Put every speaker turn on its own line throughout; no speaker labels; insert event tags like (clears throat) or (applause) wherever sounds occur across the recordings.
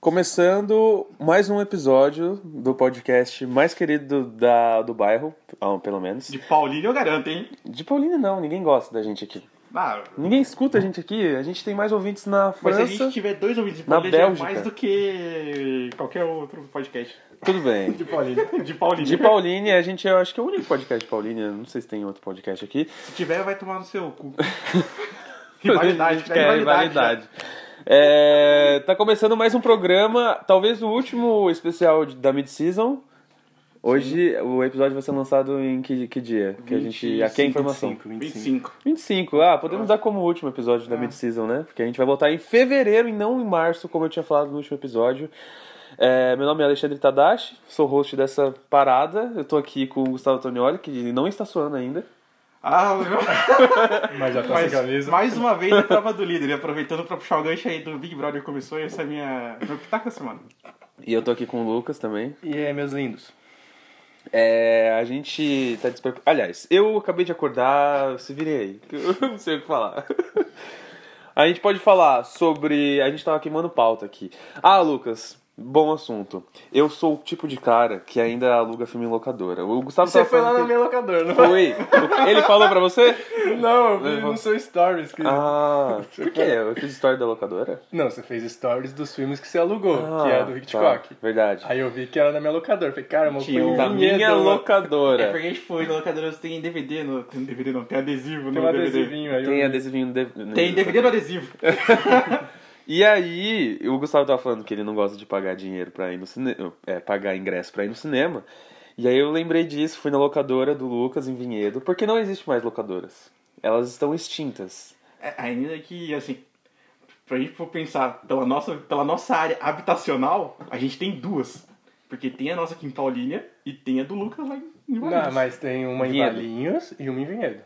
Começando mais um episódio do podcast mais querido da, do bairro, ah, pelo menos.
De Paulinho eu garanto, hein?
De Paulina não, ninguém gosta da gente aqui.
Ah,
Ninguém escuta a gente aqui, a gente tem mais ouvintes na
mas se
França.
a gente tiver dois ouvintes de
na
Paulinho, já é
Bélgica.
mais do que qualquer outro podcast.
Tudo bem. (laughs)
De Paulinho. De Paulinho.
De Pauline, a gente é, acho que é o único podcast de Pauline, eu não sei se tem outro podcast aqui.
Se tiver, vai tomar no seu
(laughs)
cu. rivalidade,
A gente
né?
quer rivalidade. É, tá começando mais um programa, talvez o último especial de- da mid-season. Hoje o episódio vai ser lançado em que, que dia? Que a gente. Aqui é a informação.
25,
25.
25, ah, podemos dar como último episódio da mid-season, né? Porque a gente vai voltar em fevereiro e não em março, como eu tinha falado no último episódio. É, meu nome é Alexandre Tadashi, sou host dessa parada. Eu tô aqui com o Gustavo Tonioli, que não está suando ainda.
(laughs) Ah,
Mas já tá
mas
sem camisa.
mais uma vez a prova do líder. E aproveitando pra puxar o gancho aí do Big Brother que começou, essa é minha... Meu pitaco da semana.
E eu tô aqui com o Lucas também.
E é, meus lindos.
É, a gente tá desper... Aliás, eu acabei de acordar, se virem aí, (laughs) que eu não sei o que falar. (laughs) A gente pode falar sobre. A gente tava queimando pauta aqui. Ah, Lucas, bom assunto. Eu sou o tipo de cara que ainda aluga filme em locadora. O Gustavo
Você
tava
foi lá na
falando
minha locadora, não
que... Oi, ele falou pra você?
(laughs) Não, eu vi
Levou.
no seu stories. Que...
Ah, por quê? Eu fiz história da locadora?
Não, você fez stories dos filmes que você alugou,
Ah,
que é do Hitchcock.
Tá, verdade.
Aí eu vi que era na minha locadora. Falei, caramba, foi
Tio,
um
Da
vinhedo,
minha
mano.
É
locadora.
porque a gente foi na locadora, você tem DVD no... Tem DVD não, tem adesivo né,
Tem
no
um
DVD.
adesivinho aí.
Tem
eu-
adesivinho no dev-
Tem DVD no adesivo.
E aí, o Gustavo tava falando que ele não gosta de pagar dinheiro para ir no cinema, é, pagar ingresso para ir no cinema. E aí eu lembrei disso, fui na locadora do Lucas em Vinhedo, porque não existe mais locadoras. Elas estão extintas.
É, Ainda que, assim, pra gente for pensar pela nossa, pela nossa área habitacional, a gente tem duas. Porque tem a nossa aqui em Paulínia e tem a do Lucas lá em New
Não, mas tem uma em
Vinhedo.
Valinhos e uma em Vinhedo.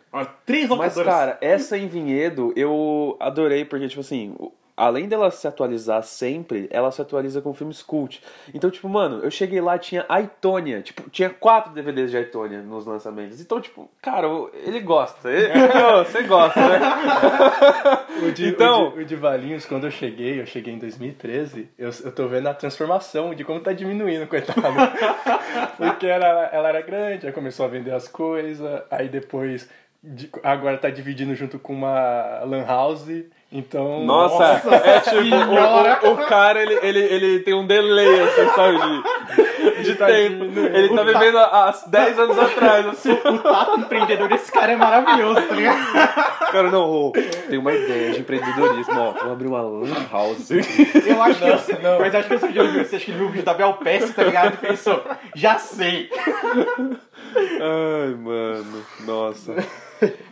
Três
Mas,
locadoras.
cara, essa em Vinhedo eu adorei, porque, tipo assim, o- além dela se atualizar sempre, ela se atualiza com filmes cult. Então, tipo, mano, eu cheguei lá, tinha Aitônia, tipo, tinha quatro DVDs de Aitônia nos lançamentos. Então, tipo, cara, o- ele gosta.
(laughs)
Ele- você gosta, né?
O de,
Então-
o de, o de Valinhos, quando eu cheguei, eu cheguei em 2013, eu, eu tô vendo a transformação de como tá diminuindo, coitado. (laughs) Porque ela, ela era grande, aí começou a vender as coisas, aí depois de- agora tá dividindo junto com uma lan house, então...
Nossa, é tipo, o, o- o cara ele, ele, ele tem um delay, assim, sabe? De, de
tá
tempo.
diminuindo.
Ele tá vivendo há 10 anos atrás, assim.
O tato empreendedor desse cara é maravilhoso, tá ligado?
Cara, não, ô, tem uma ideia de empreendedorismo, ó. Vou abrir uma lan house.
Eu acho que eu sei.
não.
Mas acho que eu sei de onde você acha que ele viu o vídeo da Bel Pesce, tá ligado? E pensou, já sei.
Ai, mano. Nossa.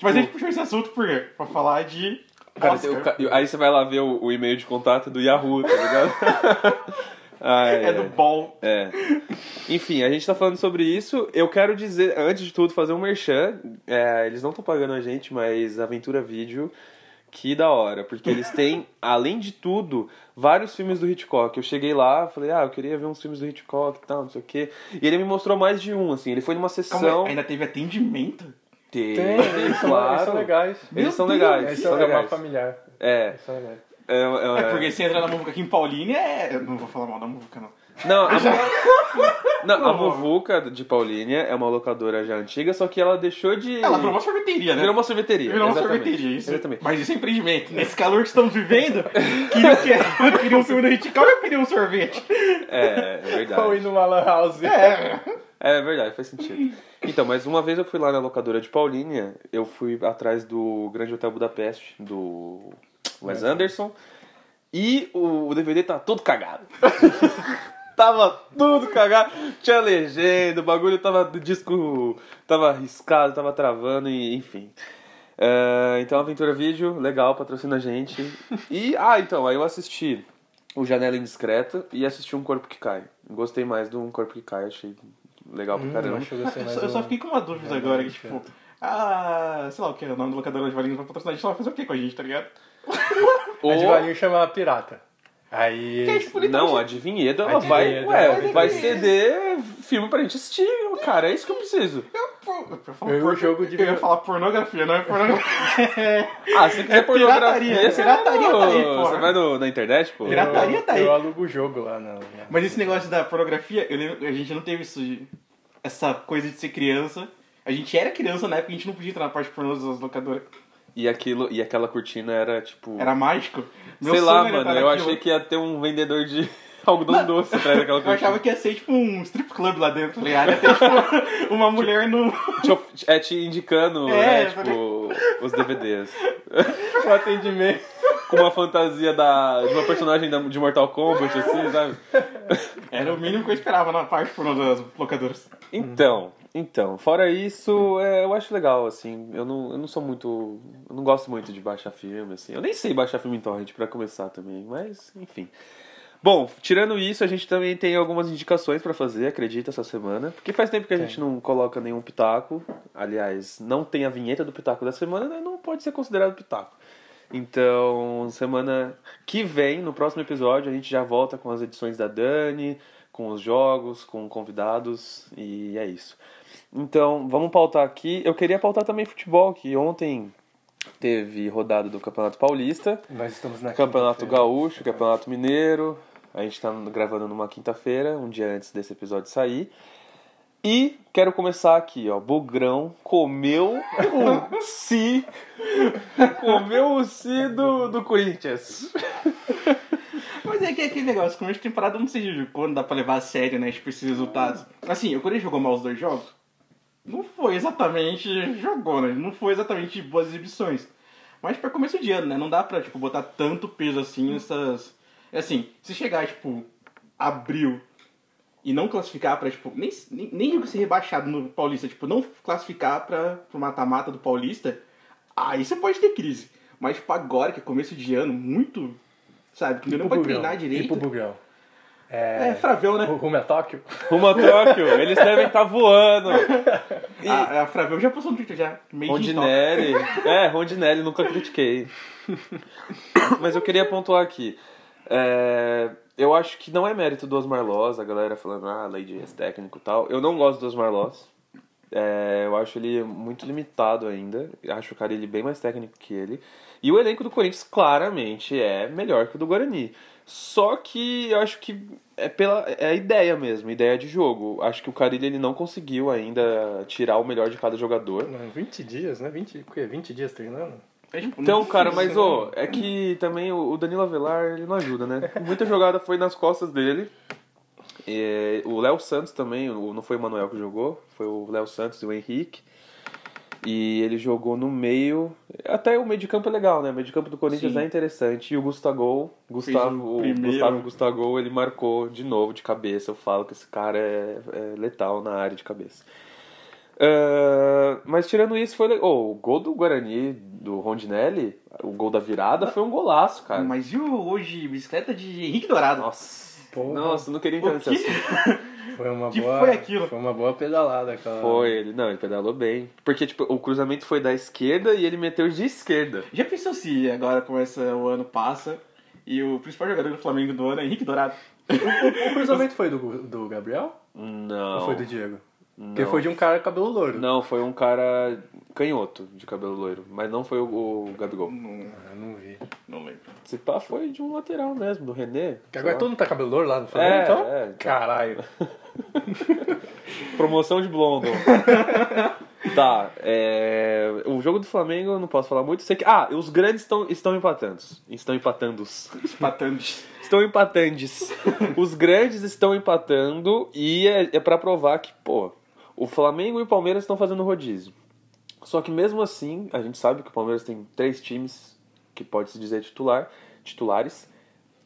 Mas a gente puxou esse assunto por quê? Pra falar de.
Cara,
Oscar.
tem o ca- aí você vai lá ver o, o e-mail de contato do Yahoo, tá ligado? (laughs) Ai,
É do
ai.
bom.
É. Enfim, a gente tá falando sobre isso. Eu quero dizer, antes de tudo, fazer um merchan. É, eles não estão pagando a gente, mas Aventura Vídeo, que da hora. Porque eles têm, além de tudo, vários filmes do Hitchcock. Eu cheguei lá, falei, ah, eu queria ver uns filmes do Hitchcock e tal, não sei o quê. E ele me mostrou mais de um, assim. Ele foi numa
Calma,
sessão.
aí, ainda teve atendimento?
Teve,
Tem, eles são,
claro.
eles são legais.
Eles são
Meu
legais.
Eles
são
são legais.
legais.
familiar.
É,
Eles são legais.
é, é,
É porque se entrar na Muvuca aqui em Paulínia é. Eu não vou falar mal da Muvuca, não.
Não, a, não, a
Não.
Muvuca de Paulínia é uma locadora já antiga, só que ela deixou de.
Ela virou uma sorveteria, né?
Virou uma sorveteria.
Virou uma
exatamente.
sorveteria, isso.
Exatamente.
Mas isso é empreendimento. Nesse calor que estamos vivendo, (laughs) queria, que- eu queria um filme do Hitchcock, eu queria um sorvete.
É, é
Ou ir
verdade.
numa lan house.
É.
É verdade, faz sentido. Então, mas uma vez eu fui lá na locadora de Paulínia, eu fui atrás do Grande Hotel Budapeste, do Wes Anderson, e o, o DVD tá todo cagado. (laughs) tava tudo cagado, tinha legenda, o bagulho tava, o disco tava arriscado, tava travando, e, enfim. É, então, Aventura Vídeo, legal, patrocina a gente. E, ah, então, aí eu assisti o Janela Indiscreta e assisti Um Corpo Que Cai. Gostei mais do Um Corpo Que Cai, achei legal
Hum,
pra caramba.
Eu só, eu só fiquei com uma dúvida
É,
agora, que
é.
tipo. Ah, sei lá o que, o nome do locador de Valinhos vai patrocinar a gente, ela vai fazer o que com a gente, tá ligado?
Ou-
A de Valinho chama pirata. Aí...
Que é, tipo,
Não,
literalmente-
a de vinhedo,
A
ela
de
vai,
vinhedo,
ué,
ela
vai
vai
ceder filme pra gente assistir, cara, é isso que eu preciso.
Por... Eu, falo
Eu ia
por-
jogo de-
eu ia falar pornografia, não é pornografia. (laughs)
Ah, se quiser
É pirataria,
pornografia, você
pirataria
vai no-
tá aí, pô.
Você vai no- na internet, pô?
Pirata- Pirataria
eu,
tá aí.
Eu alugo o jogo lá né? na. na-
Mas esse negócio da pornografia, eu lembro, a gente não teve isso, de- essa coisa de ser criança. A gente era criança na época, a gente não podia entrar na parte pornô das locadoras.
E, aquilo, e aquela cortina era, tipo...
Era mágico.
sei
sonho né,
lá,
era
mano,
entrar
eu
naquilo.
achei que ia ter um vendedor de (laughs) algodão Um doce atrás daquela
Eu achava
cortina.
que ia ser tipo um strip club lá dentro, tá ligado? Ia ter, tipo,
(laughs)
uma mulher no.
Te of- É te indicando,
É,
né, tipo, os
(laughs)
DVDs.
O atendimento.
Com uma fantasia da, de uma personagem da- de Mortal Kombat, assim, sabe?
Era o mínimo que eu esperava na parte pornô das locadoras.
Então, então, fora isso, é, eu acho legal, assim. Eu não, eu não sou muito. Eu não gosto muito de baixar filme, assim. Eu nem sei baixar filme em torrent pra começar também, mas, enfim. Bom, tirando isso, a gente também tem algumas indicações pra fazer, acredito, essa semana. Porque faz tempo que a gente não coloca nenhum pitaco. Aliás, não tem a vinheta do pitaco da semana, né? não pode ser considerado pitaco. Então, semana que vem, no próximo episódio, a gente já volta com as edições da Dani, com os jogos, com convidados, e é isso. Então, vamos pautar aqui. Eu queria pautar também futebol, que ontem teve rodada do Campeonato Paulista.
Nós estamos na
Campeonato
quinta-feira.
Gaúcho, Campeonato Mineiro. A gente tá gravando numa quinta-feira, um dia antes desse episódio sair. E quero começar aqui, ó. Bugrão comeu o si. Comeu o si do, do Corinthians.
Mas é que é aquele negócio, começo de temporada não sei quando dá pra levar a sério, né? Tipo, esses resultados. Assim, o Corinthians jogou mal os dois jogos? Não foi exatamente. Jogou, né? Não foi exatamente boas exibições. Mas pra começo de ano, né? Não dá pra, tipo, botar tanto peso assim nessas. Assim, se chegar, tipo, abril e não classificar pra, tipo, nem, nem, nem digo ser rebaixado no Paulista, tipo, não classificar pra, pro mata-mata do Paulista, aí você pode ter crise. Mas, tipo, agora, que é começo de ano, muito, sabe, que não
Tipo
pode
Bugrão,
treinar direito.
Tipo Bugrão.
É,
É.
Fravel, né?
o Rumo a Tóquio?
Rumo a (laughs) Tóquio, eles devem estar voando. E
A, a Fravel já passou no Twitter, já. Meio
Rondinelli. (laughs) É, Rondinelli, nunca critiquei. Mas eu queria pontuar aqui. É, eu acho que não é mérito do Osmar Loz, a galera falando, ah, lei de técnico e tal. Eu não gosto do Osmar Loz. É, eu acho ele muito limitado ainda. Acho o Carilli bem mais técnico que ele. E o elenco do Corinthians claramente é melhor que o do Guarani. Só que eu acho que é pela é a ideia mesmo, ideia de jogo. Acho que o Carilli ele não conseguiu ainda tirar o melhor de cada jogador.
Mano, 20 dias, né? 20, o quê? 20 dias treinando?
É, né? tipo,
Então, cara, mas ô, é que também o o Danilo Avelar ele não ajuda, né? Muita jogada foi nas costas dele. É, o Léo Santos também, o- não foi o Manuel que jogou, foi o Léo Santos e o Henrique. E ele jogou no meio. Até o meio de campo é legal, né? O meio de campo do Corinthians
Sim.
é interessante. E o Gustavo, Gustavo,
o
o
primeiro.
Gustavo Gustavo, ele marcou de novo de cabeça. Eu falo que esse cara é, é letal na área de cabeça. Ah, mas tirando isso, foi legal. o gol do Guarani, do Rondinelli, o gol da virada, foi um golaço, cara.
Mas e o hoje, bicicleta de Henrique Dourado?
Nossa,
Porra.
nossa, não queria
O
entrar nesse
que-
assunto.
Foi uma
Que
boa.
foi aquilo?
Foi uma boa pedalada aquela.
Foi, ele, não, ele pedalou bem. Porque, tipo, o cruzamento foi da esquerda e ele meteu de esquerda.
(laughs) Já pensou se agora começa o ano, passa, e o principal jogador do Flamengo do ano é Henrique Dourado?
O cruzamento foi do, do Gabriel?
Não.
Ou foi do Diego? Porque
não.
foi de um cara com cabelo louro.
Não, foi um cara canhoto de cabelo loiro, mas não foi o, o Gabigol.
Não,
Ah, não vi.
não lembro.
Se pá, foi de um lateral mesmo, do René.
Que agora
Sei lá.
todo mundo tá cabelo louro lá no Flamengo,
É,
então?
é, então.
Caralho.
Promoção de blondo. tá, é, o jogo do Flamengo eu não posso falar muito. Sei que, ah, os grandes estão, estão empatando. Estão empatandos.
Espatando.
Estão empatandes. Os grandes estão empatando e é, é para provar que, pô, o Flamengo e o Palmeiras estão fazendo rodízio. Só que mesmo assim, a gente sabe que o Palmeiras tem três times que pode se dizer titular, titulares.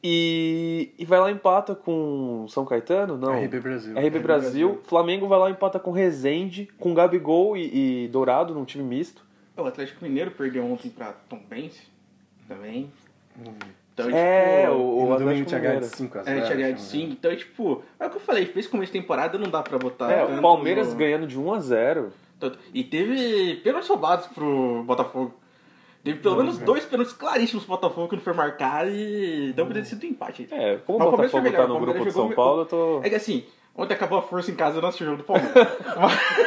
E, e vai lá e empata com São Caetano? Não.
RB Brasil.
RB É Brasil, Flamengo vai lá e empata com Rezende, com Gabigol e, e Dourado num time misto.
O Atlético Mineiro perdeu ontem pra Tom Benz também.
Não vi.
Então,
É,
tipo,
o,
E
o
no domingo
Atlético
tinha ganho de
Mineiro.
5 a 0.
É, tinha ganhado de 5, então, tipo, é o que eu falei, pra esse começo de temporada não dá pra botar.
É,
tanto
o Palmeiras
tá no-
ganhando de 1 a 0
tanto- E teve pênaltis roubados pro Botafogo. Teve pelo menos dois pênaltis claríssimos pro Botafogo que não foi marcado e não poderia ter sido um empate.
É, como
Mas
o
o Palmeiras foi
Botafogo
melhor,
tá
o
no
Palmeiras
grupo de
jogou
São
me-
Paulo, eu tô. (laughs)
É que assim, ontem acabou a força em casa, eu não assisti o jogo do Palmeiras.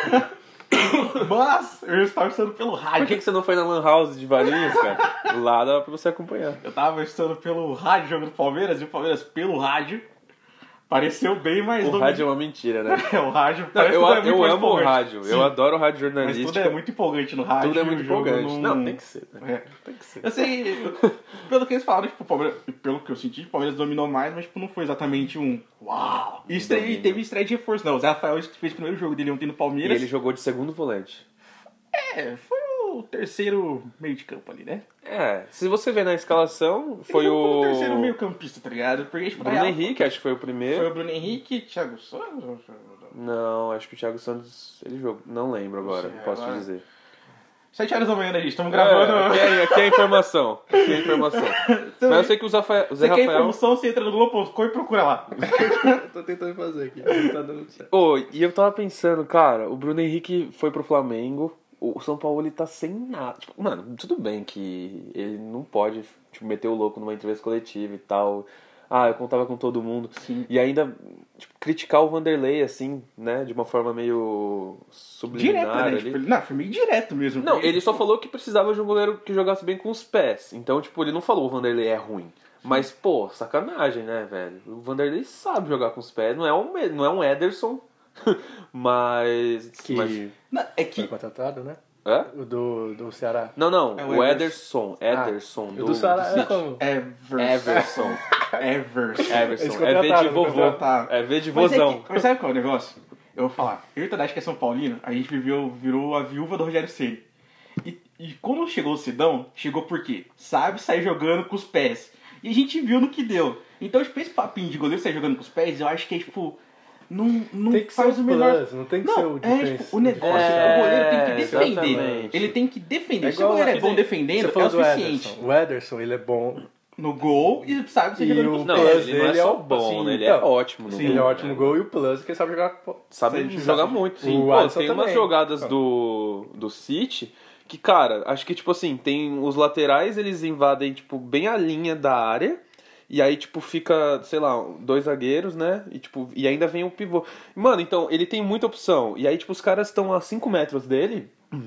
Mas- Mas eu estava estudando pelo rádio.
Por Ah, que, que você não foi na Lan House de Valinhos, cara? Lá dava pra você acompanhar.
Eu tava estudando pelo rádio, jogo do Palmeiras, e o Palmeiras pelo rádio. Pareceu bem mais
O
domin-
rádio é uma mentira, né?
(laughs) É, o rádio
Não,
parece
eu
que tudo é muito
eu amo
mais
o
empolgante.
rádio. Eu
Sim,
adoro o rádio
Mas
jornalístico.
tudo é muito empolgante no rádio.
Tudo é muito
e o jogo
empolgante.
Não...
Não, tem que ser. Né?
É.
Tem que ser.
Eu sei, pelo que eles falaram, tipo, o Palmeiras, pelo que eu senti, o Palmeiras dominou mais, mas tipo, não foi exatamente um uau. E estreia-
Domínio.
teve estreia de reforço, não. O Zé Rafael fez o primeiro jogo dele ontem no
E
Palmeiras.
ele jogou de segundo volante.
É, foi o terceiro meio de campo ali, né?
É, se você ver na escalação, foi
Ele jogou
o.
como terceiro meio campista, tá ligado? Porque, tipo, na
Bruno
real,
Henrique, né? acho que foi o primeiro.
Foi o Bruno Henrique, Thiago Santos...
Não, acho que o Thiago Santos. Ele jogou. Não lembro agora,
sei,
posso te
agora.
dizer.
Sete horas da manhã, né, gente? Estamos gravando...
É, aqui, é, aqui é a informação. Aqui é a
(laughs)
informação. Mas eu sei que o, Zafa... o Zé
Você quer
Rafael.
informação, você entra no Globo.com e
(laughs)
procura lá.
Tô tentando fazer aqui,
É.
não tá dando certo.
Ô, e eu tava pensando, cara, o Bruno Henrique foi pro Flamengo. O São Paulo ele tá sem nada. Tipo, mano, tudo bem que ele não pode tipo, meter o louco numa entrevista coletiva e tal. Ah, eu contava com todo mundo.
Sim.
E ainda tipo, criticar o Vanderlei, assim, né? De uma forma meio
né,
subliminar
Direto, né?
ali.
Tipo, ele- não, foi meio direto mesmo.
Não,
porque-
ele só falou que precisava de um goleiro que jogasse bem com os pés. Então, tipo, ele não falou o Vanderlei é ruim. Mas, pô, sacanagem, né, velho? O Vanderlei sabe jogar com os pés. Não é um, Me- não é um Ederson, (laughs) mas...
Que
mas-
Não, é
foi
(laughs)
que...
contratado, né?
Hã?
O do, do Ceará.
Não, não.
É o
o Ederson. Ederson.
o do Ceará Ah, é como?
Everson.
Everson.
(laughs) Everson.
Everson.
Eles
É V de
contrataram,
vovô.
contrataram.
É V de
Mas, é
vozão.
que- mas sabe qual é o negócio? Eu vou falar. Eu e o Tadashi, que é São Paulino, a gente viveu, virou a viúva do Rogério Ceni. E, e quando chegou o Sidão, chegou por quê? Sabe sair jogando com os pés. E a gente viu no que deu. Então, tipo, esse papinho de goleiro sair jogando com os pés, eu acho que é, tipo... Não, não
Tem que
faz
ser
o
o
melhor...
plus, não tem que ser o
é,
diferença-
tipo, o negócio,
diferencial.
o goleiro tem que
É,
defender.
exatamente.
Ele tem que defender.
É
Se o goleiro é
aquele-
bom defendendo,
você
é
falou
o
do
suficiente.
Ederson. O Ederson, ele é bom.
no gol e sabe você
E
jogando
o-
com os
Não,
pés.
ele não é
Ele é
só
o-
bom,
assim,
né? Ele é
não.
ótimo no
Sim,
gol,
ele é
né?
ótimo gol e o plus, que ele sabe jogar. com-
sabe
Sim, (laughs)
jogar
sabe.
muito.
Sim. O
Pô,
Alisson
tem umas
também. Ah.
jogadas do, do City que, cara, acho que, tipo assim, tem os laterais, eles invadem, tipo, bem a linha da área. E aí, tipo, fica, sei lá, dois zagueiros, né? E, tipo, e ainda vem o pivô. Mano, então, ele tem muita opção. E aí, tipo, os caras estão a 5 metros dele (clears throat)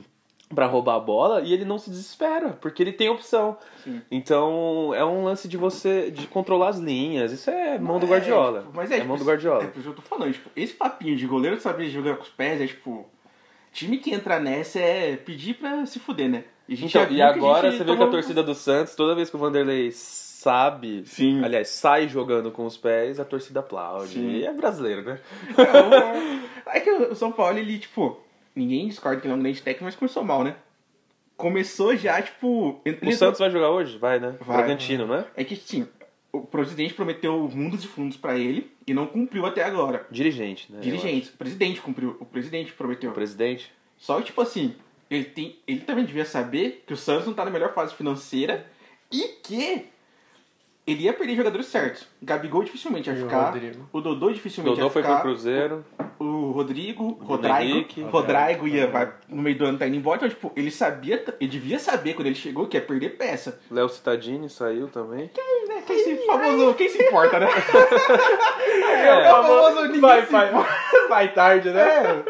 pra roubar a bola e ele não se desespera, porque ele tem opção.
Sim.
Então, é um lance de você, de controlar as linhas. Isso é mão do Guardiola.
É, tipo, mas é, tipo,
mão do Guardiola.
É por isso que eu tô falando, tipo, esse papinho de goleiro saber jogar com os pés é tipo. Time que entra nessa é pedir pra se fuder, né? a gente um já
Então,
viu
e
que a
agora
gente
você vê que
tomou-
a torcida do Santos, toda vez que o Vanderlei sabe,
Sim.
aliás, sai jogando com os pés, a torcida aplaude.
Hum. Sim.
E é brasileiro, né?
É que o São Paulo, ele, tipo. Ninguém discorda que ele é um grande técnico, mas começou mal, né? Começou já, tipo.
O Santos vai jogar hoje? Vai, né?
Vai.
Bragantino, né?
É que, sim, o presidente prometeu mundos e fundos pra ele e não cumpriu até agora.
Dirigente, né? Eu
Dirigentes, o presidente cumpriu, o presidente prometeu.
acho. Presidente.
Só que, tipo assim, ele, tem, ele também devia saber que o Santos não tá na melhor fase financeira e que ele ia perder jogadores certos. Gabigol dificilmente ia
E o
ficar.
Rodrigo?
O Dodô dificilmente
Dodô
ia
foi
ficar.
pro Cruzeiro.
O Rodrigo, Rodrigo,
Henrique.
Rodrigo ia,
Rodrigo.
vai- no meio do ano tá indo embora. Então, tipo, ele sabia, ele devia saber quando ele chegou que ia perder peça.
Léo Cittadini saiu também.
É, Quem se, famoso, quem se importa, né?
É,
o famoso ninguém
vai,
se
vai, (laughs) vai tarde, né?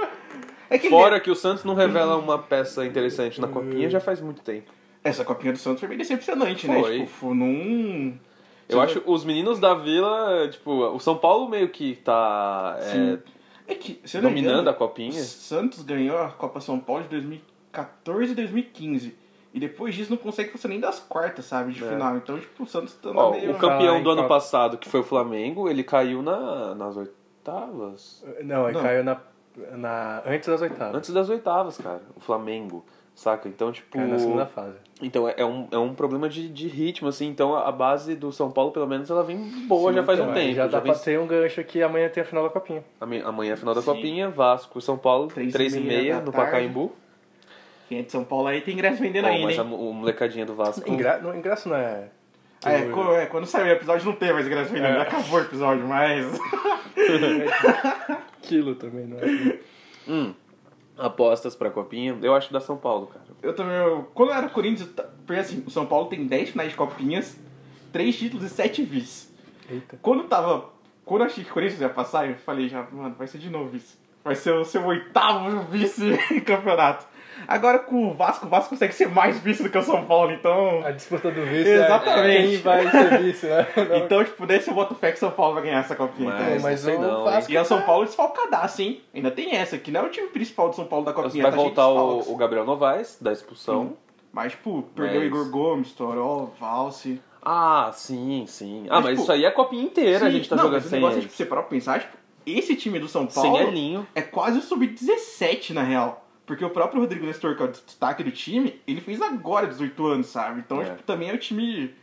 É que ele-
Fora que o Santos não revela uma peça interessante na copinha já faz muito tempo.
essa copinha do Santos foi meio decepcionante, né?
Foi.
Tipo, foi num.
Eu acho que os meninos da Vila, tipo, o São Paulo meio que tá é,
Sim. É que, se eu não me engano,
dominando a copinha.
Santos ganhou a Copa São Paulo de 2014 e 2015. E depois disso não consegue passar nem das quartas, sabe, de
É.
final. Então, tipo, o Santos tá
Ó,
na meio... tá.
o campeão
Vai,
do ano
Copa.
passado, que foi o Flamengo, ele caiu na- nas
É.
oitavas.
Não, ele
Não.
caiu na, na, antes das oitavas.
Antes das oitavas, cara. O Flamengo. Saca? Então, tipo.
Caiu na segunda fase.
Então, é é um, é um problema de, de ritmo, assim. Então, a a base do São Paulo, pelo menos, ela vem boa
Sim,
já faz
então,
um
Aí
tempo.
Já dá
vem-
pra ter um gancho que amanhã tem a final da Copinha.
ame- Amanhã é a final da
Sim.
Copinha, Vasco, São Paulo,
Três e
3h30
meia da
no
tarde.
Pacaembu.
Quem é de São Paulo aí né? tem ingresso
Bom,
vendendo ainda,
mas a,
hein?
mo- o molecadinha do Vasco.
Ingra, não, ingresso não é...
Ah, é, co- é, quando saiu o episódio não tem mais ingresso vendendo.
É.
Acabou o episódio, mas... (laughs)
Quilo também, não é?
Hum, apostas pra Copinha. Eu acho da São Paulo, cara.
Eu também... eu- Quando eu era Corinthians... eu ta- Porque, assim, o São Paulo tem 10 finais de copinhas, 3 títulos e 7 vices.
Eita.
Quando eu tava... Quando eu achei que o Corinthians ia passar, eu falei já, mano, vai ser de novo isso. Vai ser o seu oitavo (laughs) vice-campeonato. Agora com o Vasco, o Vasco consegue ser mais vice do que o São Paulo, então.
A disputa do vice é
Exatamente.
quem vai ser vice, né? Não-
Então, tipo, nesse eu boto fé que o São Paulo vai ganhar essa copinha.
Mas,
mas
não sei
o
não. hein?
Vasco-
E é o São Paulo desfalcadaço, hein? Ainda tem essa, que não é o time principal do São Paulo da copinha.
Vai
tá cheio de
voltar
desfalques.
o, o Gabriel Novaes, da expulsão.
Mas, tipo, perdeu
Mas-
Igor Gomes, Toró, Valse.
Ah, sim, sim. Ah,
Mas,
mas,
tipo,
isso aí é a copinha inteira, a
Sim,
gente tá
não,
jogando
mas o
sem
negócio é,
eles.
tipo, você parar pra pensar, tipo, esse time do São
Sem
Paulo
Elinho.
é quase o sub-17, na real. Porque o próprio Rodrigo Nestor, que é o destaque do time, ele fez agora 18 anos, sabe? Então,
É.
tipo, também é o time...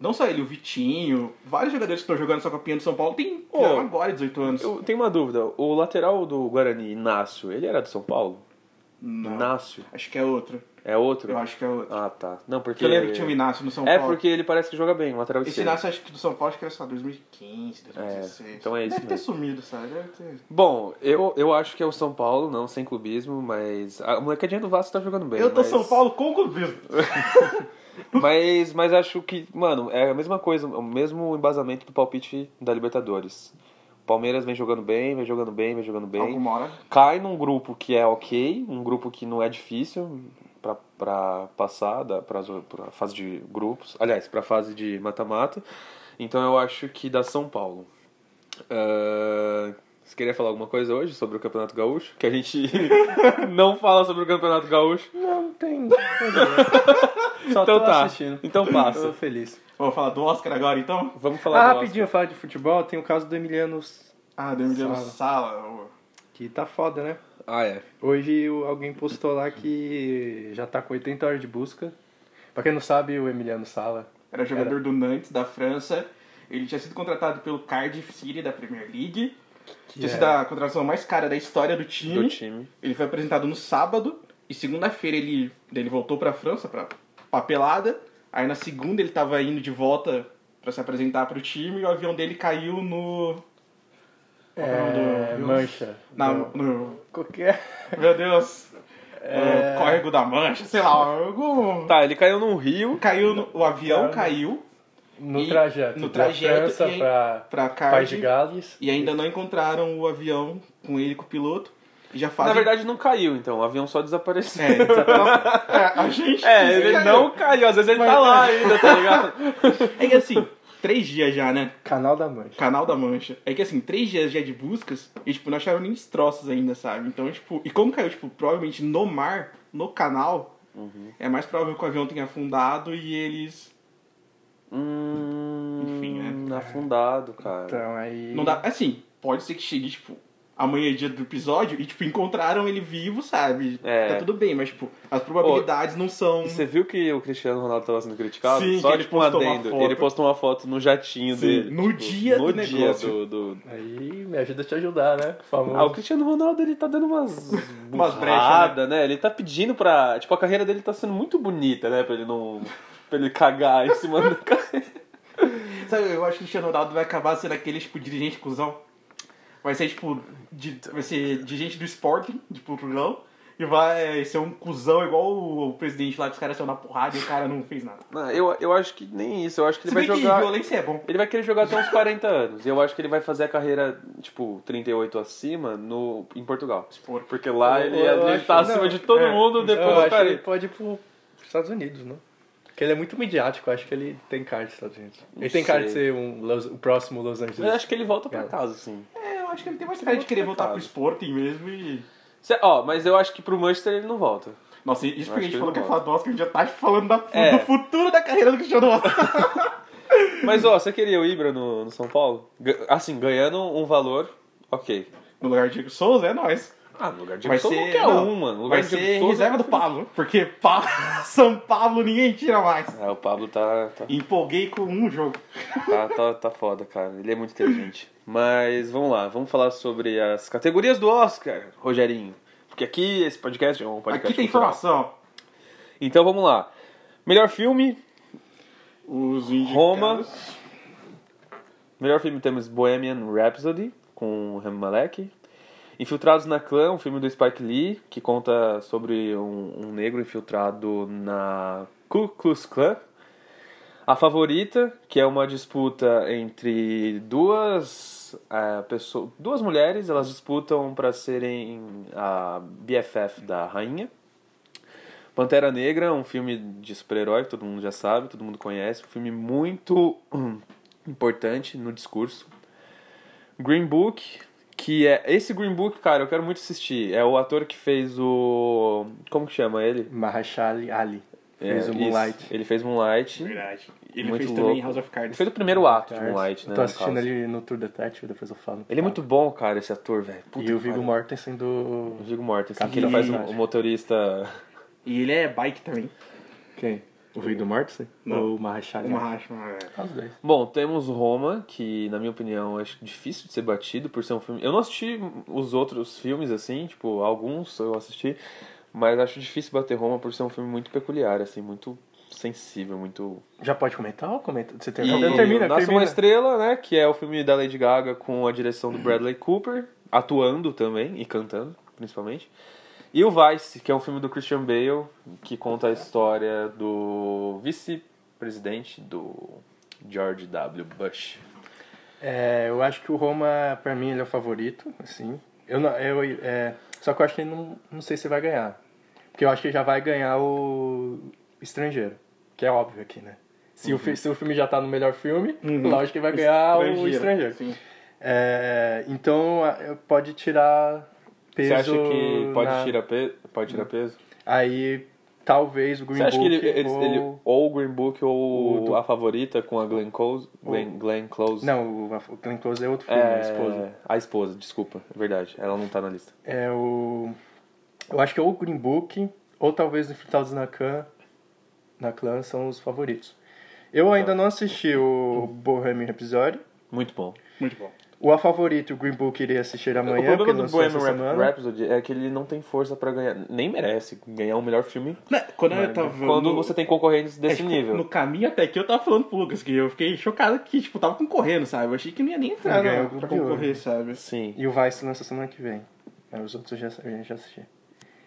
Não só ele, o Vitinho, vários jogadores que estão jogando essa copinha do São Paulo tem
Ô,
fizeram agora 18 anos.
Eu tenho uma dúvida. O lateral do Guarani, Inácio, ele era do São Paulo?
Não,
Inácio.
acho que é outro.
É outro?
Eu acho que é outro.
Ah, tá. Não, porque.
Porque eu lembro que tinha o Inácio no São
É
Paulo.
porque ele parece que joga bem, lateral
Esse
esquerdo.
Inácio, acho que do São Paulo, acho que era só 2015, 2016.
então é isso
Deve ter sumido, sabe? Deve ter...
Bom, eu, eu acho que é o São Paulo, não sem clubismo, mas. A molecadinha do Vasco tá jogando bem.
Eu tô
mas-
São Paulo com o clubismo.
Mas, mas acho que, mano, é a mesma coisa, o mesmo embasamento do palpite da Libertadores. Palmeiras vem jogando bem, vem jogando bem, vem jogando bem.
Alguma hora.
cai num grupo que é ok, um grupo que não é difícil pra- pra passar da, pra, zo- pra fase de grupos, aliás, pra fase de mata-mata. Então eu acho que dá São Paulo. Ah, você queria falar alguma coisa hoje sobre o Campeonato Gaúcho? Que a gente (laughs) não fala sobre o Campeonato Gaúcho.
Não tem. Só
Então
tô
tá.
assistindo.
Então
Tô (laughs)
passa.
feliz.
Vou falar do Oscar agora, então?
Vamos
Ah,
falar do Oscar.
rapidinho, falar de futebol, tem o caso do Emiliano,
Ah, do Emiliano
Sala.
Sala. o-
que tá foda, né?
Ah, é.
Hoje o- alguém postou lá que já tá com 80 horas de busca. Pra quem não sabe, o Emiliano Sala.
Era jogador do Nantes, da França. Ele tinha sido contratado pelo Cardiff City, da Premier League.
Que
Tinha
é-
sido a contratação mais cara da história do time.
Do time.
Ele foi apresentado no sábado. E segunda-feira ele, ele voltou pra França, pra papelada. Aí na segunda ele tava indo de volta pra se apresentar pro time. E o avião dele caiu no...
É,
do-
mancha.
Na,
Não.
no
Qualquer.
Meu Deus.
É.
O Córrego da Mancha, sei lá, algum...
Tá, ele caiu num rio.
Caiu no, o avião
Tá.
caiu
No
E-
trajeto.
no
da
trajeto
França
e-
pra
pra
País de
Cardiff
Gales.
e ainda não encontraram o avião com ele, com o piloto. E já fazem...
Na verdade, não caiu, então. O avião só desapareceu.
É,
(laughs)
exatamente. É, a gente...
É, ele não caiu, às vezes ele tá lá ainda, tá (laughs) ligado?
É que assim, três dias já, né?
Canal da Mancha.
Canal da Mancha. É que assim, três dias já de buscas e, tipo, não acharam nem os troços ainda, sabe? Então, tipo... E como caiu, tipo, provavelmente no mar, no canal,
Uhum.
é mais provável que o avião tenha afundado e eles...
Hum.
Enfim, né?
Afundado, cara.
Então aí.
Não dá. Assim, pode ser que chegue, tipo, amanhã dia do episódio e, tipo, encontraram ele vivo, sabe?
É.
Tá tudo bem, mas, tipo, as probabilidades não são.
E você viu que o Cristiano Ronaldo tava sendo criticado?
Sim,
Só
que ele
tipo um
postou uma
adendo.
foto.
Ele postou uma foto no jatinho
Sim,
dele. tipo,
no dia
no
do
dia
negócio.
do- do-
Aí me ajuda a te ajudar, né?
Ah, o
Famoso.
Cristiano Ronaldo, ele tá dando umas...
(laughs) Umas
burrada, né? Ele tá pedindo pra... Tipo, a carreira dele tá sendo muito bonita, né? Pra ele não... pra ele cagar em cima (laughs) do cara.
Sabe, eu acho que o Cristiano Ronaldo vai acabar sendo aquele, tipo, dirigente cuzão. Vai ser, tipo, de, vai ser dirigente do Sporting, de Portugal. E vai ser um cuzão igual o, o presidente lá, que os caras saiu na porrada e o cara não fez nada.
Não, eu, eu acho que nem isso. Eu acho que ele
Se
vai
bem que
jogar...
violência é bom.
Ele vai querer jogar até uns 40 anos. E eu acho que ele vai fazer a carreira, tipo, 38 acima no, em Portugal.
Expor.
Porque lá
Eu-
ele,
eu
ele
acho-
tá acima
não,
de todo
é.
mundo depois
Eu
dos
acho que ele
40.
pode ir pro pros Estados Unidos, né? Porque ele é muito midiático, eu acho que ele tem cara de Estados Unidos.
Não
ele tem cara
sei.
de ser um Los- o próximo Los Angeles.
Eu acho que ele volta pra
É.
casa, sim.
É, eu acho que ele tem mais cara de querer voltar pro Sporting mesmo e...
Cê- ó, mas eu acho que pro Manchester ele não volta.
Nossa, isso
Eu
porque a
acho
gente
que
falou que
ele
ia falar do Oscar, a gente já tá falando da-
É.
do futuro da carreira do Cristiano Ronaldo. (laughs)
Mas, ó, você queria o Ibra no, no São Paulo? Ga- assim, ganhando um valor, ok.
No lugar de Diego Souza, é nós.
Ah, no lugar de
Vai
Gibson,
ser-
qualquer
não,
um, mano. No lugar
Vai
de é
ser
Gibson,
reserva do Pablo, porque Pa- (laughs) São Paulo ninguém tira mais.
É, o Pablo tá, tá,
Empolguei com um jogo.
tá, tá, tá foda, cara. Ele é muito inteligente. Mas vamos lá, vamos falar sobre as categorias do Oscar, Rogerinho. Porque aqui esse podcast é um podcast.
Aqui tem
cultural.
informação.
Então vamos lá. Melhor filme,
Os indicados-
Roma. Melhor filme temos Bohemian Rhapsody, com o Rami Malek. Infiltrados na Clã, um filme do Spike Lee, que conta sobre um, um negro infiltrado na Ku Klux Klan. A Favorita, que é uma disputa entre duas duas ah, pessoa- duas mulheres, elas disputam pra serem a BFF da rainha. Pantera Negra, um filme de super-herói, todo mundo já sabe, todo mundo conhece, um filme muito (clears throat) hum, importante no discurso. Green Book, que é esse Green Book, cara, eu quero muito assistir. É o ator que fez o como que chama ele?
Mahashali Ali.
É,
Fez o
isso.
Moonlight.
Ele fez Moonlight.
Verdade. Ele
Muito
fez
louco.
também House of
Ele
Cards.
fez o primeiro ato de
Cards.
Moonlight, né?
Eu tô
no
assistindo
caso.
ali no Tour Detective, depois eu falo.
Ele é muito bom, cara, esse ator, velho. Puta
E o
que
Viggo
pariu.
Mortensen do...
O Viggo Mortensen,
Capitão
que ele faz o
Verdade.
o motorista...
E ele é bike também.
Quem? O Viggo Mortensen?
Não.
Ou o Mahashali
Uma
Ali?
racha, uma-
Os dois.
Bom, temos Roma, que na minha opinião acho difícil de ser batido por ser um filme. Eu não assisti os outros filmes assim, tipo, alguns eu assisti, mas acho difícil bater Roma por ser um filme muito peculiar, assim, muito sensível, muito.
Já pode comentar ou comenta? Você
E
termina? Não, termina,
Nasce
termina.
uma estrela, né, que é o filme da Lady Gaga com a direção do Bradley Cooper, atuando também e cantando, principalmente. E o Vice, que é um filme do Christian Bale, que conta a história do vice-presidente do George W. Bush.
É, eu acho que o Roma, pra mim, ele é o favorito, assim. Eu não, eu, é, só que eu acho que ele não, não sei se vai ganhar. Porque eu acho que já vai ganhar o estrangeiro, que é óbvio aqui, né? Se, o,
Uhum.
fi- se o filme já tá no melhor filme, lógico que vai ganhar o estrangeiro.
Sim.
É, então, a- eu- pode tirar peso
Você acha que pode,
na-
tirar, pe... pode tirar peso?
Aí, talvez, o Green
Você acha que
Book
ele, ele,
ou...
ele- ou o Green Book ou
o do-
a favorita com a Glenn Close? Glenn, Glenn Close?
Não, o- o Glenn Close é outro filme,
É,
a esposa.
A esposa, desculpa, é verdade. Ela não tá na lista.
É o. Eu acho que ou o Green Book, ou talvez Infiltrados na Clã, na Clã são os favoritos. Eu
Tá.
ainda não assisti o Bohemian Rhapsody.
Muito bom.
Muito bom.
O A Favorito, o Green Book, irei assistir
o
amanhã, porque
problema do
lançou essa
Bohemian Rhap-
semana.
Rhapsody é que ele não tem força pra ganhar, nem merece ganhar o melhor filme
Né, Quando eu
Mano,
tava.
quando
no-
você tem concorrentes
é,
desse
tipo,
nível.
No caminho até aqui eu tava falando pro Lucas, que eu fiquei chocado que, tipo, tava concorrendo, sabe? Eu achei que não ia nem entrar
Ah, ganhou
não, pra
o Globo de Ouro.
concorrer, sabe?
Sim.
E o Vice lança semana que vem. Aí Os outros eu já, eu já assisti.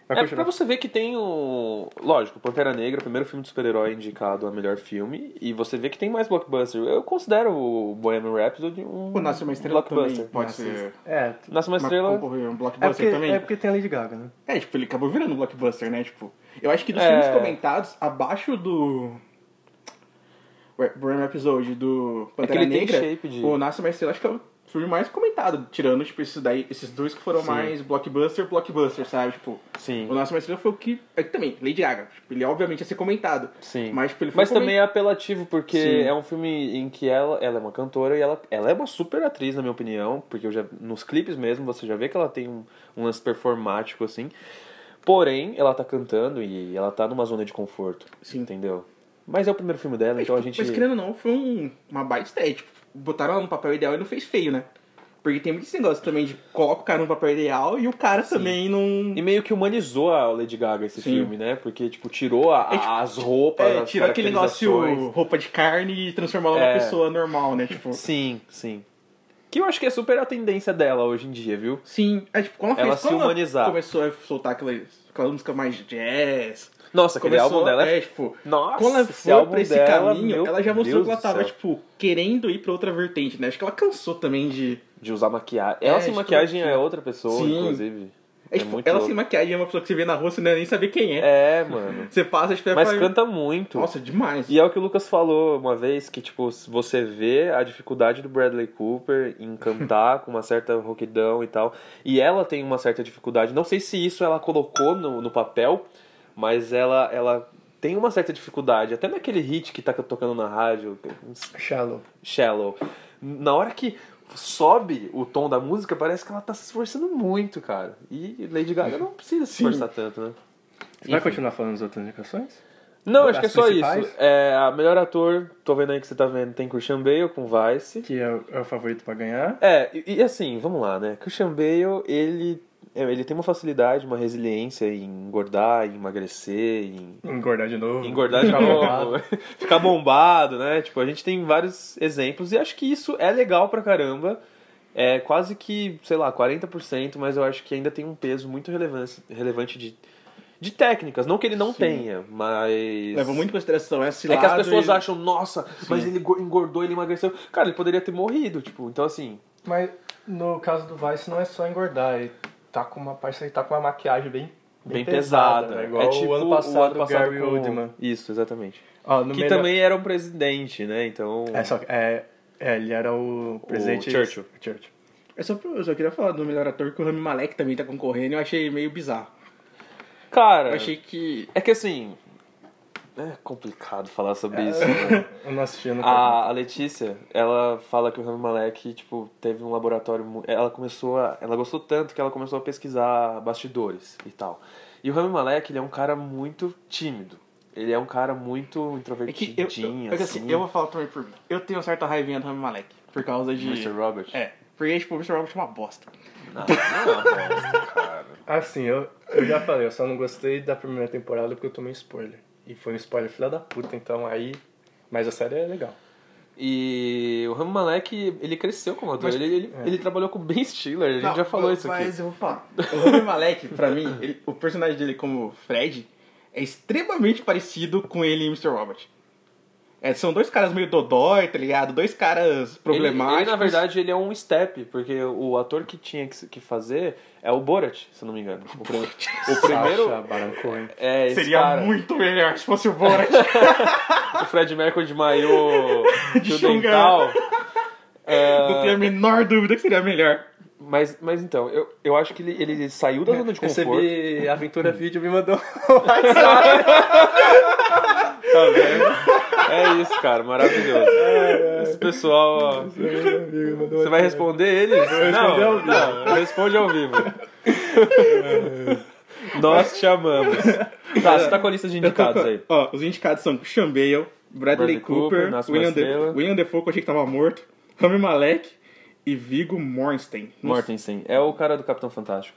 Vai
É pra
continuar.
você ver que tem o. Lógico, Pantera Negra, primeiro filme de super-herói indicado a melhor filme, e você vê que tem mais blockbuster. Eu considero o Bohemian Rhapsody um.
O Nasce uma Estrela também
blockbuster.
pode
Nasce
ser.
É,
Nasce uma
Mas
estrela.
concorrer um
é,
blockbuster
porque,
também.
é porque tem a Lady Gaga, né?
É, tipo, ele acabou virando um blockbuster, né? Tipo, eu acho que dos
É.
filmes comentados, abaixo do. Ué, Bohemian Episode do Pantera
É ele tem
Negra,
shape de-
o Nasce uma Estrela acho que é o filme mais comentado, tirando, tipo, esses, daí, esses dois que foram
Sim.
mais blockbuster, blockbuster, sabe? Tipo,
Sim.
o Nasce uma Estrela foi o que. É que também, Lady Gaga. Tipo, ele obviamente ia ser comentado.
Sim.
Mas, tipo, ele foi
Mas também é apelativo, porque
Sim.
é um filme em que ela, ela é uma cantora e ela, ela é uma super atriz, na minha opinião, porque eu já, nos clipes mesmo você já vê que ela tem um, um lance performático, assim. Porém, ela tá cantando e ela tá numa zona de conforto,
Sim.
entendeu? Mas é o primeiro filme dela,
Mas,
então a
tipo,
gente...
mas querendo ou não, foi um, uma baita ideia. Tipo, botaram ela no papel ideal e não fez feio, né? Porque tem muito esse negócio também de coloca o cara no papel ideal e o cara também não.
E meio que humanizou a Lady Gaga esse
Sim.
filme, né? Porque, tipo, tirou a-
É, tipo,
as roupas,
É,
as
tirou aquele negócio
caracterizações.
roupa de carne e transformou ela numa
É.
pessoa normal, né? Tipo.
Sim, sim. Que eu acho que é super a tendência dela hoje em dia, viu?
Sim. É tipo, quando ela,
Ela
fez,
se
quando
humanizar.
Ela começou a soltar aquelas, aquela música mais jazz.
Nossa, aquele
começou,
álbum dela é...
é, tipo.
Nossa,
Quando ela
esse
foi
álbum
pra esse
dela,
caminho,
meu
ela já mostrou
Deus
que ela
do
tava,
céu.
tipo, querendo ir pra outra vertente, né? Acho que ela cansou também de.
De usar maquiagem.
É,
Ela sem
de
maquiagem
tudo.
é outra pessoa,
Sim.
inclusive.
É,
É,
tipo,
muito
ela
louco.
sem maquiagem é uma pessoa que você vê na rua, você não ia nem saber quem é.
É, mano.
Você passa, tipo,
Mas
fala,
canta muito.
Nossa, demais.
E é o que o Lucas falou uma vez, que, tipo, se você vê a dificuldade do Bradley Cooper em
(laughs)
cantar com uma certa rouquidão e tal. E ela tem uma certa dificuldade. Não sei se isso ela colocou no, no papel, mas ela, ela tem uma certa dificuldade. Até naquele hit que tá tocando na rádio,
Shallow.
Shallow. Na hora que sobe o tom da música, parece que ela tá se esforçando muito, cara. E Lady Gaga não precisa se
Sim.
esforçar tanto, né?
Você vai
Enfim.
continuar falando as outras indicações?
Não, acho que é
As
só
principais?
isso. É, a melhor ator, tô vendo aí que você tá vendo, tem Christian Bale com Vice.
Que é o, é o favorito pra ganhar.
É, e, e assim, vamos lá, né? Christian Bale, ele, é, ele tem uma facilidade, uma resiliência em engordar, em emagrecer, em
Engordar de novo.
engordar de
Ficar (laughs) bombado.
novo, (laughs) ficar bombado, né? Tipo, a gente tem vários exemplos e acho que isso é legal pra caramba. É quase que, sei lá, 40%, mas eu acho que ainda tem um peso muito relevante, relevante de, de técnicas. Não que ele não
Sim.
tenha, mas.
Leva muito em consideração esse
É
lado.
que as pessoas
e-
acham, nossa, mas ele go- engordou, ele emagreceu. Cara, ele poderia ter morrido, tipo, então assim,
Mas no caso do Vice não é só engordar, ele tá com uma parte, ele tá com uma maquiagem bem,
Bem pesada.
né? Igual
é tipo
o ano passado,
o ano passado
Gary
com-
Oldman.
Isso, exatamente.
Ó, no
que
melhor-
também era um presidente, né? Então.
É, só que- é, é, ele era o presidente...
Churchill.
Churchill. (laughs)
Eu É só, eu só queria falar do melhor ator que o Rami Malek também tá concorrendo. Eu achei meio bizarro.
Cara.
Eu achei que.
É que assim. É complicado falar sobre isso.
É.
né?
Eu não assisti, eu não
A, a Letícia, ela fala que o Rami Malek, tipo, teve um laboratório. mu- Ela começou a. Ela gostou tanto que ela começou a pesquisar bastidores e tal. E o Rami Malek, ele é um cara muito tímido. Ele é um cara muito
É que eu,
introvertidinho,
eu, é que
assim.
assim, eu vou falar também por mim. Eu tenho certa raivinha do Rami Malek. Por causa de.
Mr. Robert?
É. Porque, tipo, o Mr. Robert é uma bosta. (laughs)
Não, não é uma bosta, cara.
Assim, eu, eu já falei, eu só não gostei da primeira temporada porque eu tomei spoiler. E foi um spoiler filha da puta, então aí. Mas a série é legal.
E o Rami Malek, ele cresceu como ator.
Mas-
ele, ele,
é.
ele trabalhou com Ben Stiller, a gente
Não,
já falou isso aqui.
Mas eu vou falar. O Rami Malek, pra mim, ele- o personagem dele como Fred é extremamente parecido com ele em Mr. Robot. É, são dois caras meio dodói, tá ligado? Dois caras problemáticos.
Ele, ele, na verdade, ele é um step, porque o ator que tinha que, que fazer é o Borat, se eu não me engano. O, prim- o
Sacha
primeiro
Baron Cohen.
é esse
Seria
cara,
muito melhor se fosse o (laughs) Borat.
o Fred Mercury de maiô
(laughs) De
de
sunga. (laughs)
dental. É,
Não tenho a menor dúvida que seria melhor.
mas, mas então, eu, eu acho que ele, ele saiu da zona de conforto. (laughs)
Recebi Aventura Vídeo me mandou. (laughs)
Tá vendo? É isso, cara, maravilhoso. Esse pessoal, ó, você vai responder eles?
responder ao
Não,
vivo.
não, responde ao
(laughs)
vivo. Nós te amamos. Tá, você tá com a lista de indicados aí.
Ó, os indicados são Sean Bale, Bradley,
Bradley Cooper,
Cooper,
Nasce uma
William, De,
Estrela.
William Defoe, que eu achei que tava morto, Rami Malek e Vigo Mortensen. Não
Mortensen, é o cara do Capitão Fantástico.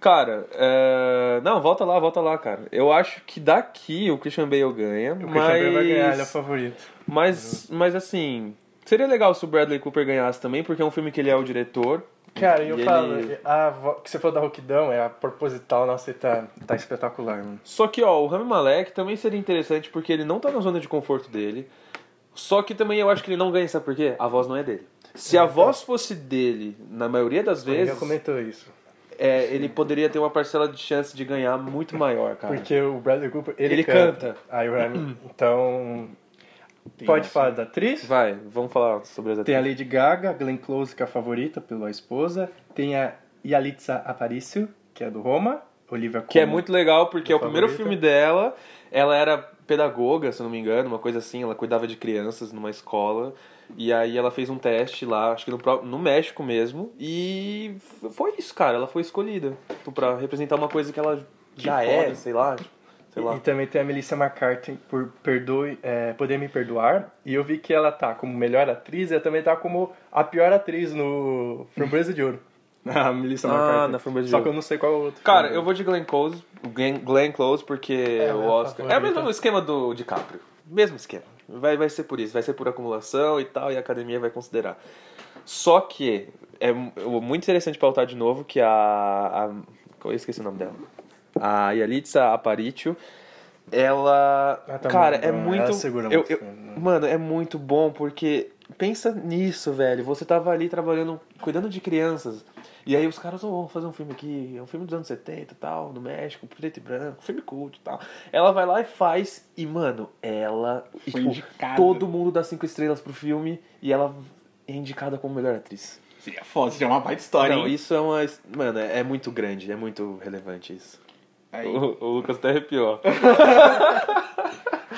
Cara, é, não, volta lá, volta lá, cara. Eu acho que daqui o Christian Bale ganha,
O Christian
mas...
Bale vai ganhar, ele é o favorito.
mas, mas assim, seria legal se o Bradley Cooper ganhasse também, porque é um filme que ele é o diretor.
Cara, e eu
E
falo,
ele-
a vo- que você falou da rouquidão, é a proposital, nossa, ele tá, tá espetacular, mano.
Só que, ó, o Rami Malek também seria interessante porque ele não tá na zona de conforto dele. Só que também eu acho que ele não ganha, sabe por quê? A voz não é dele. Se a voz fosse dele, na maioria das
Ele então. já
vezes,
comentou isso.
é, ele poderia ter uma parcela de chance de ganhar muito maior, cara.
Porque o Bradley Cooper, Ah, é. ele,
Ele
canta.
canta.
Aí o Rami, então...
Tem
Pode
isso.
falar da atriz?
Vai, vamos falar sobre as
Tem a
atrizes.
Lady Gaga, Glenn Close, que é a favorita pela esposa. Tem a Yalitza Aparicio, que é do Roma. Olivia
Que é
Colman.
muito legal porque é o
Favorita.
primeiro filme dela. Ela era pedagoga, se eu não me engano, uma coisa assim. Ela cuidava de crianças numa escola. E aí ela fez um teste lá, acho que no, pró- no México mesmo. E f- foi isso, cara. Ela foi escolhida tipo, pra representar uma coisa que ela já
foda.
é, sei lá. tipo, Sei
E, e
lá.
também tem a Melissa McCarthy por perdoe, é, Poder Me Perdoar. E eu vi que ela tá como melhor atriz e ela também tá como a pior atriz no Framboesa de (laughs) Ouro. A Melissa
Ah,
McCarthy.
na Framboesa de
Só
Ouro.
que eu não sei qual é o outro.
Cara,
filme.
eu vou de Glenn Close, Glenn, Glenn Close porque
a
o
minha
Oscar. É o
favorita.
mesmo esquema do DiCaprio. Mesmo esquema. Vai, vai ser por isso, vai ser por acumulação e tal, e a academia vai considerar. Só que é mu- muito interessante pautar de novo que a. a eu esqueci o nome dela. A Yalitza Aparicio. Ela.
Ah, tá
cara,
muito
é
bom.
muito.
Ela segura
eu-
muito
eu-
bem, né?
Mano, é muito bom porque pensa nisso, velho. Você tava ali trabalhando, cuidando de crianças. E aí os caras "Oh, vamos fazer um filme aqui, é um filme dos anos 70 e tal, no México, preto e branco, filme culto e tal. Ela vai lá e faz, e mano, ela. e,
Foi
tipo,
indicada.
todo mundo dá cinco estrelas pro filme e ela é indicada como melhor atriz.
Seria é foda, seria uma baita história,
Não,
hein?
isso é uma. Mano, é é muito grande, é muito relevante isso. (laughs)
Aí,
O, o Lucas até arrepiou.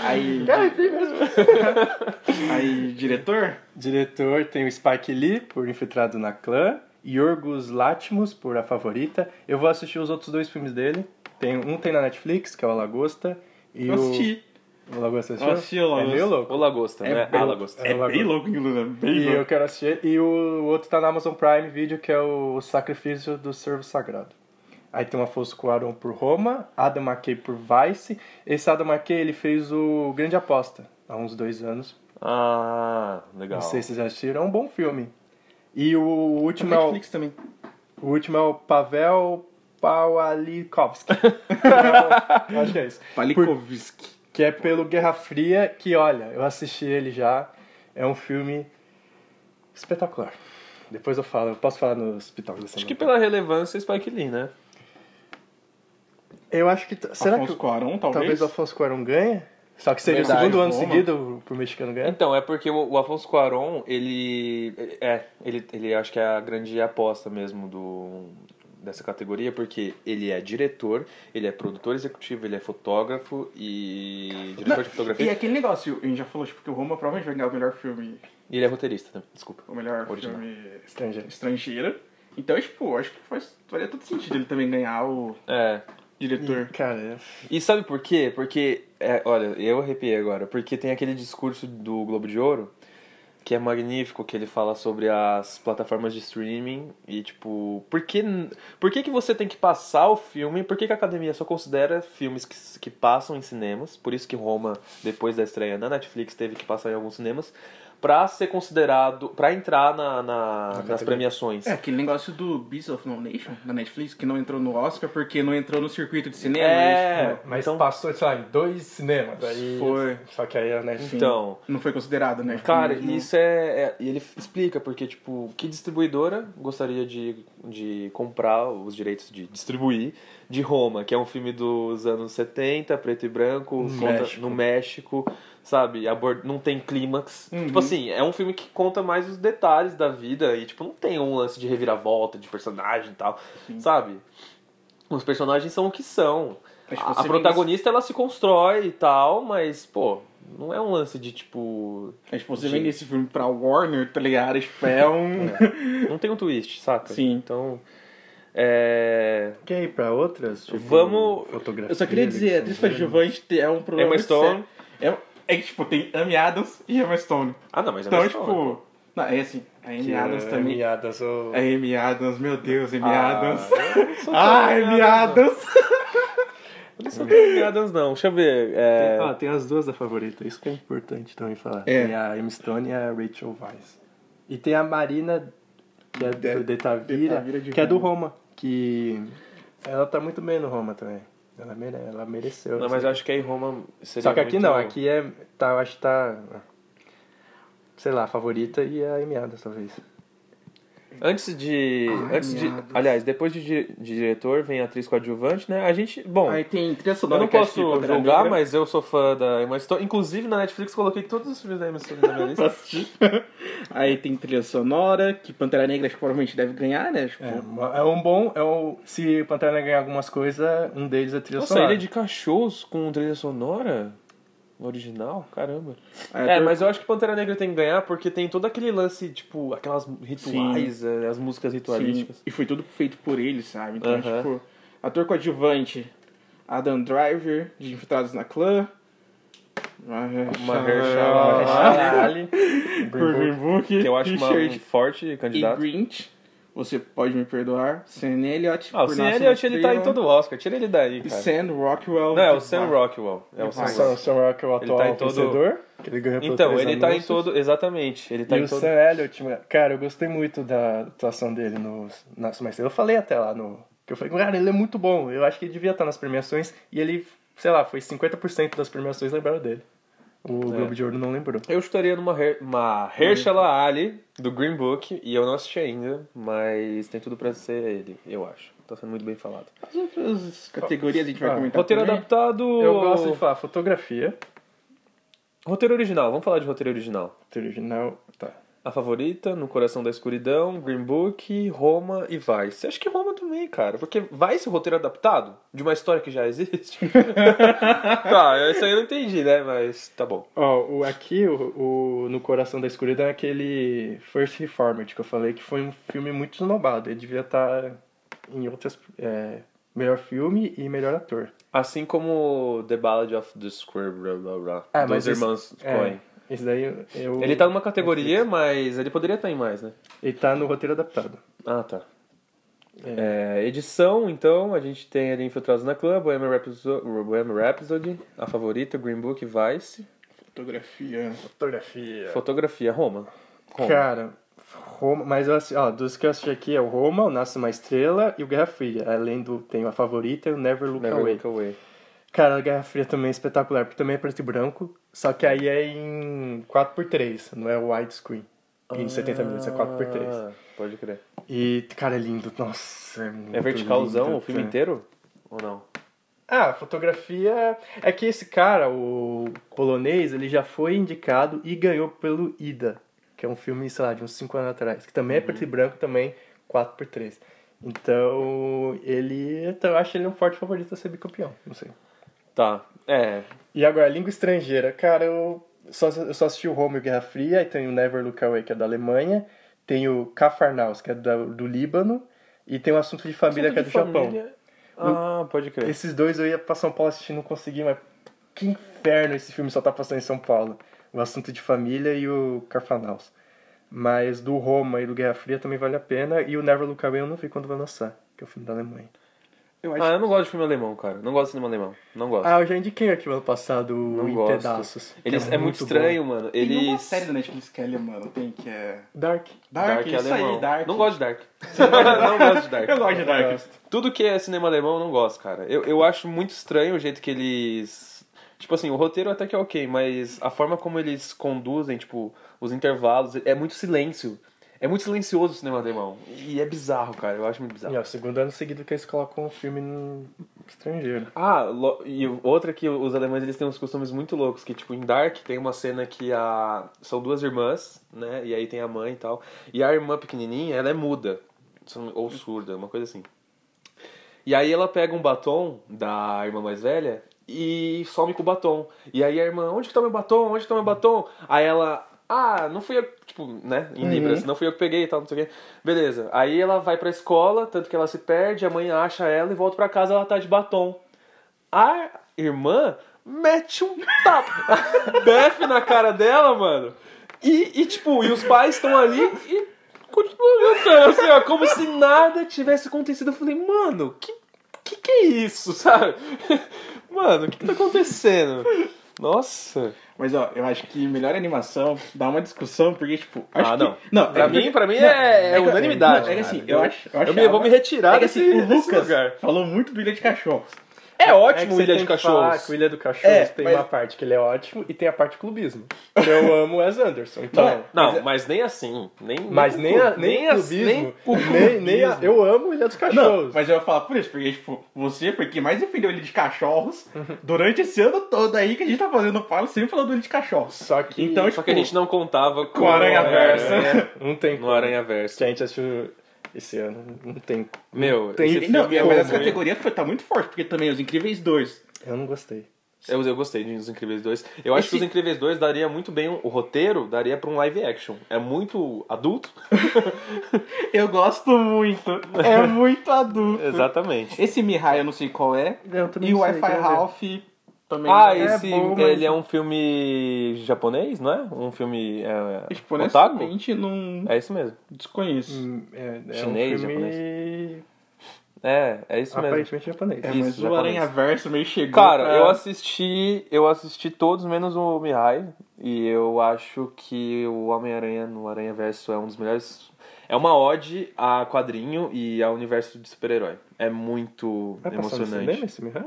aí, (laughs) aí, diretor?
Diretor tem o Spike Lee por Infiltrado na Clã. Yorgos Latimus por A Favorita. Eu vou assistir os outros dois filmes dele. Tem, um tem na Netflix, que é o Lagosta. E
Eu assisti.
O, o Lagosta
Eu assisti o Lagosta.
É meio
(laughs)
louco.
O Lagosta, né?
bem-
A Lagosta.
É
É
Lagosta.
bem louco, inclusive. né? Bem
E
louco.
eu quero assistir. E o outro tá na Amazon Prime Video, que é o Sacrifício do Servo Sagrado. Aí tem uma Afonso Cuarón por Roma, Adam McKay por Vice. Esse Adam McKay, ele fez o Grande Aposta, há uns dois anos.
Ah, legal.
Não sei se vocês já assistiram, é um bom filme. E o último, é o,
Netflix também.
o último é o Pavel Pawlikowski. (laughs) É o- eu acho que é isso.
Palikovski.
Que é pelo Guerra Fria, que olha, eu assisti ele já. É um filme espetacular. Depois eu falo, eu posso falar nos pitacos da semana.
Acho que pela relevância, Spike Lee, né?
Eu acho que. t- Será
Afonso
que.
Cuarón, talvez?
Talvez o Afonso Cuarón ganhe? Só que seria
Verdade,
o segundo ano
Roma.
seguido pro mexicano ganhar.
Então, é porque o, o Afonso Cuarón, ele. É, ele, ele acho que é a grande aposta mesmo do, dessa categoria, porque ele é diretor, ele é produtor executivo, ele é fotógrafo e. diretor de
E é
fotografia.
aquele negócio, a gente já falou tipo, que o Roma provavelmente vai ganhar o melhor filme,
E ele é roteirista, né? Desculpa.
o melhor
Original.
filme
Estrangeiro.
estrangeiro. Então, tipo, acho que faz, faria todo sentido ele também ganhar o
É.
diretor.
Cara, é-
E sabe por quê? Porque, é, olha, eu arrepiei agora, porque tem aquele discurso do Globo de Ouro, que é magnífico, que ele fala sobre as plataformas de streaming e, tipo, por que, n- por que, que você tem que passar o filme, por que, que a academia só considera filmes que, s- que passam em cinemas, por isso que Roma, depois da estreia na Netflix, teve que passar em alguns cinemas, pra ser considerado, pra entrar na, na- nas
categoria.
premiações.
É, aquele negócio do Beast of No Nation, da Netflix, que não entrou no Oscar porque não entrou no circuito de cinema. né?
É,
Tipo, e,
Mas
então-
passou, sei lá, em dois cinemas. Aí,
Foi.
Só que aí é, né, a Netflix.
Então...
tipo, não foi considerado, né?
Cara,
Tipo, não-
isso é, é- E ele explica, porque, tipo, que distribuidora gostaria de, de comprar os direitos de distribuir de Roma, que é um filme dos anos 70, preto e branco,
No
conta
México.
no México, sabe? Abord, não tem clímax.
Uhum.
Tipo assim, é um filme que conta mais os detalhes da vida e, tipo, não tem um lance de reviravolta, de personagem e tal, sabe? Os personagens são o que são.
Mas, tipo,
A, a
você vê
protagonista, ela se constrói e tal, mas, pô, não é um lance de, tipo...
nesse- É, tipo, você vende esse filme pra Warner, tá ligado? Tipo, é (laughs) um...
Não tem um twist, saca?
Sim.
Então. É.
Quer ir pra outras? Tipo,
Vamos-
Fotografia.
Eu só queria dizer, a atriz coadjuvante te- é um problema
Emma
muito
Stone.
sério. É, é que, tipo, tem Amy Adams e Emma Stone.
Ah, não, mas é
Então,
mais
tipo...
fala.
Não, é assim, a Amy Adams também.
é
É,
Miadas ou.
A Amy Adams, meu Deus, Amy
é Ah,
Adams.
eu não
(laughs)
sou tão
Ah, Amy Adams!
Eu não sou tão Adams, não. Deixa eu ver. É...
Ah, tem as duas da favorita, isso que é importante também falar.
É.
Tem a Emma Stone e a Rachel Weisz. E tem a Marina, que é
De-
do Detavira,
Detavira de
que é do Roma, que ela tá muito bem no Roma também. Ela, mere... ela mereceu. assim.
Não, mas eu acho que aí Roma seria.
Só que aqui
muito-
não, aqui é. Tá, eu acho que tá. Sei lá, a favorita e a Amy Adams, talvez.
Antes de.
Ai,
antes de.
meados.
Aliás, depois de, di- de diretor, vem a atriz coadjuvante, né? A gente. Bom.
Aí tem trilha
Eu
sonora
não
que é
posso
tipo Pantera
julgar,
Negra.
mas eu sou fã da Emma Stone. Inclusive, na Netflix, coloquei todos os filmes da Emma Stone na minha
(laughs)
lista.
Pra assistir. (laughs) Aí tem trilha sonora, que Pantera Negra acho que provavelmente deve ganhar, né? Tipo,
É, é um bom. É um, se o Pantera ganhar algumas coisas, um deles é trilha
Nossa,
sonora.
Ilha de Cachorros com trilha sonora? Original? Caramba.
aí
É,
por-
mas eu acho que Pantera Negra tem que ganhar porque tem todo aquele lance, tipo, aquelas rituais, eh, as músicas
Sim,
ritualísticas.
e foi tudo feito por ele, sabe? Então,
Aham.
tipo, ator coadjuvante, Adam Driver, de Infiltrados na Clã.
Mahershala
(laughs) Caralho.
Por Green Book.
Que eu acho uma, um
Richard
forte
e
candidato.
Grinch. Você pode me perdoar. Sam Elliott.
Ah, o
por
Sam
Nasce
Elliott,
uma
ele tá em
Estrela.
todo o Oscar. Tira ele daí,
E
cara.
Sam
um
Rockwell.
Não, é
de
o Sam
Batman.
Rockwell. É o
De
Sam
Vai.
Sam,
Rockwell.
Sam Rockwell, o
Ele
atual
tá em todo-
vencedor, que ele ganhou pelo
Então,
Três
ele tá em
Anúncios.
todo... Exatamente. Ele tá
E
em
o
todo...
Sam Elliott, mano, cara, eu gostei muito da atuação dele no... Nossa, mas eu falei até lá no... Que eu falei, cara, ele é muito bom, eu acho que ele devia estar nas premiações. E ele, sei lá, foi 50% das premiações lembraram dele. O Globo de Ouro não lembrou.
Eu chutaria numa Her- Mahershala Ali, do Green Book, e eu não assisti ainda, mas tem tudo pra ser ele, eu acho. Tá sendo muito bem falado.
As outras categorias a gente vai
Ah,
comentar.
Roteiro
também.
adaptado...
Eu gosto de falar fotografia,
Roteiro original, vamos falar de roteiro original.
roteiro original, tá.
A Favorita, No Coração da Escuridão, Green Book, Roma e Vice. Acho que Roma também, cara. Porque Vice é o roteiro adaptado de uma história que já existe. (laughs) tá, isso aí eu não entendi, né? Mas tá bom.
Ó, o aqui, o, o No Coração da Escuridão, é aquele First Reformed que eu falei, que foi um filme muito esnobado. Ele devia estar em outras. é, melhor filme e melhor ator.
Assim como The Ballad of the Square, blá, blá, blá,
Ah,
dos
mas esse-
irmãos
É,
Coen.
esse daí eu- eu.
Ele tá numa categoria, mas ele poderia estar em mais, né?
Ele tá no roteiro adaptado.
Ah, tá.
É.
É, edição, então, a gente tem ali Infiltrados na Clã, Bohemian Rhapsody, Bohemian Rhapsody, A Favorita, Green Book, Vice.
Fotografia.
Fotografia.
Fotografia, Roma. Roma.
Cara, Roma. Mas eu assisti, ó, dos que eu assisti aqui é o Roma, o Nasce uma Estrela e o Guerra Fria. Além do. Tem a favorita e o Never Look
Never
Away.
Look Away.
Cara, a Guerra Fria também é espetacular, porque também é preto e branco, só que aí é em 4x3, não é widescreen. E em 70 minutos é 4x3.
Ah, Pode crer.
E, cara, é lindo. Nossa, é muito
É verticalzão
lindo,
o filme
cara.
inteiro? Ou não?
Ah, fotografia. É que esse cara, o polonês, ele já foi indicado e ganhou pelo Ida, que é um filme, sei lá, de uns 5 anos atrás, que também é preto e branco, também 4x3. Então, ele. Então, eu acho ele um forte favorito a ser bicampeão, não sei.
Tá. É.
E agora, língua estrangeira. Cara, eu só, eu só assisti o Home e o Guerra Fria, aí tem o Never Look Away, que é da Alemanha, tem o Cafarnaus, que é da- do, Líbano, e tem o Assunto de Família, que é do Japão.
Ah, pode crer.
Esses dois eu ia pra São Paulo assistir, não consegui, mas que inferno esse filme só tá passando em São Paulo. O assunto de família e o Carfanaus. Mas do Roma e do Guerra Fria também vale a pena. E o Never Look Away eu não vi quando vai lançar, que é o filme da Alemanha.
Eu acho
Ah, eu não gosto de filme alemão, cara. Não gosto de cinema alemão. Não gosto.
Ah, eu já indiquei aqui o ano passado
não
o Em
gosto.
Pedaços. que
Eles, é, muito
bom.
estranho, mano.
que tem uma
Eles.
série da Netflix que é alemã, tem que é...
Dark.
Dark,
é
isso aí, Dark.
Não gosto de
(laughs)
Dark. não gosto de Dark.
Eu gosto de Dark.
Tudo que é cinema alemão eu não gosto, cara. Eu, eu acho muito estranho o jeito que eles. Tipo assim, o roteiro até que é ok, mas a forma como eles conduzem, tipo, os intervalos, é muito silêncio. É muito silencioso o cinema alemão. E é bizarro, cara. Eu acho muito bizarro.
E é o segundo ano seguido que eles colocam um filme no estrangeiro.
Ah, lo- e outra que os alemães eles têm uns costumes muito loucos, que tipo, em Dark tem uma cena que a... são duas irmãs, né, e aí tem a mãe e tal, e a irmã pequenininha, ela é muda, são- ou surda, uma coisa assim. E aí ela pega um batom da irmã mais velha e some com o batom. E aí a irmã, onde que tá meu batom? Onde que tá meu batom? Aí ela, ah, não fui eu, tipo, né, em Libras, não fui eu que peguei e tal, não sei o quê. Beleza. Aí ela vai pra escola, tanto que ela se perde, a mãe acha ela e volta pra casa, ela tá de batom. A irmã mete um tapa, (laughs) def na cara dela, mano. E, e, tipo, e os pais estão ali e continuam lutando, assim, ó, como se nada tivesse acontecido. Eu falei, mano, que que, que é isso, sabe? (laughs) Mano, o que, que tá acontecendo? Nossa.
Mas ó, eu acho que melhor animação dá uma discussão, porque tipo. Acho
Ah,
que-
não.
Não,
Pra
é
mim,
porque-
pra mim
não,
é, é
que-
unanimidade.
não, é que assim,
cara.
eu acho. Eu,
Eu me- eu vou me retirar
é que,
desse,
assim,
(laughs)
o
desse
Lucas
lugar.
falou muito do Ilha de Cachorro.
É
que
ótimo
você
Ilha
tem
de
que falar
Cachorros.
que o Ilha do Cachorro
É,
tem
mas-
uma parte que ele é ótimo e tem a parte clubismo. (laughs) Eu amo Wes Anderson. Então,
Não, mas nem assim. Nem,
mas nem, a, nem,
a-
clubismo,
nem o
nem, nem, a, eu amo Ilha dos
Não,
Cachorros.
mas eu ia falar por isso, porque, tipo, você foi quem mais defendeu o Ilha de Cachorros
Uhum.
durante esse ano todo aí que a gente tá fazendo fala, sempre falando do Ilha de Cachorros.
Só que
Então,
Só que a gente
tipo,
não contava com,
Com Aranha Versa.
não É. tem
No Aranha Versa.
que a gente assistiu esse ano, não tem.
Meu,
Tem-
esse
E-
filme
Não,
é
mas
muito
essa categoria foi, tá muito forte, porque
é
também Os Incríveis 2.
Eu não gostei.
Eu, eu gostei de Os Incríveis 2. Eu acho que Os Incríveis 2 daria muito bem. um- O roteiro daria pra um live action. É muito
(laughs)
adulto.
Eu gosto muito. É
(laughs)
muito adulto.
Exatamente.
Esse Mihai eu não sei qual é.
Eu também
E o
sei,
Wi-Fi
quero ver.
Ralph também.
Ah,
é
esse.
bom, mas-
Ele é um filme japonês, não é? Um filme. É,
Tipo,
otaku?
honestamente, não
É isso mesmo.
desconheço.
Hum, É, é
Chinês,
um filme
É, é isso mesmo.
aparentemente japonês.
É,
Isso,
mas o
japonês.
Aranha Verso meio chegou.
Cara,
pra-
eu assisti. Eu assisti todos, menos o Mihai. E eu acho que o Homem-Aranha no Aranha Verso é um dos melhores. É uma ode a quadrinho e ao universo de super-herói. É muito
Vai passar no
emocionante.
cinema esse Mihai?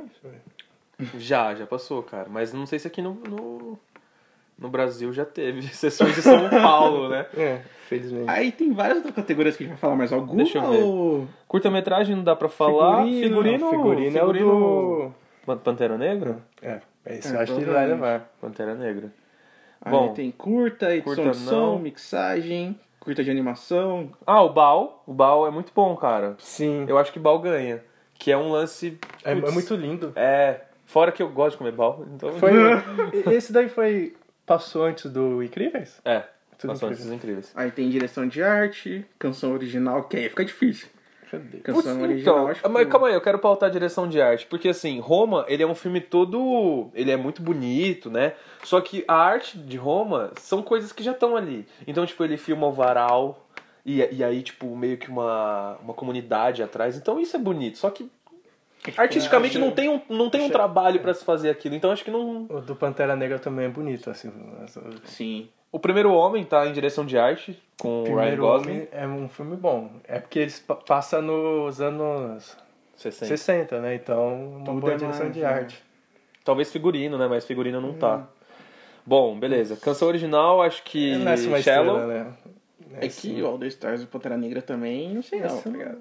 Já, já passou, cara. Mas não sei se aqui no, no, no Brasil já teve (laughs) sessões de São Paulo, né?
É, felizmente.
Aí tem várias outras categorias que a gente vai falar, mas alguma
Deixa eu ver.
ou-
Curta-metragem não dá pra falar. Figurino,
Não, figurino, é o do...
Pan- Pantera Negra?
É, é isso.
É,
eu acho que ele vai
provavelmente.
levar.
Pantera Negra.
Aí
Bom,
tem curta, edição
curta
de som,
não.
mixagem, curta de animação.
Ah, o Bal. O Bal é muito bom, cara.
Sim.
Eu acho que Bal ganha. Que é um lance.
É, é
putz,
muito lindo.
É. Fora que eu gosto de comer Bal, então.
(laughs) Foi... Esse daí foi... Passou antes do Incríveis?
(laughs) É.
(laughs) Tudo
Passou
incrível.
incríveis. incríveis.
Aí tem direção de arte, canção original, que aí fica difícil.
Cadê?
Putz,
Canção original,
então,
acho que...
mas calma aí, eu quero pautar a direção de arte, porque assim, Roma, ele é um filme todo, ele é muito bonito, né? Só que a arte de Roma são coisas que já estão ali. Então, tipo, ele filma o varal e, e aí, tipo, meio que uma, uma comunidade atrás. Então, isso é bonito. Só que
É,
artisticamente não tem um, não tem um trabalho pra se fazer aquilo. Então, acho que não
O do Pantera Negra também é bonito, assim. mas o
Sim.
O primeiro homem tá em direção de arte com o Ryan
Primeiro
Gosling,
Homem é um filme bom. É porque eles pa- passam nos anos
60.
60, né? Então, uma
Tudo
boa
é
direção
mais,
de
né?
arte.
Talvez figurino, né? Mas figurino não tá. Bom, beleza. Canção original, acho que
Ele nasce é uma
Shallow.
estrela, né?
É, que o All the Stars e o Pantera Negra também, não sei não,
Essa
tá
não-
ligado?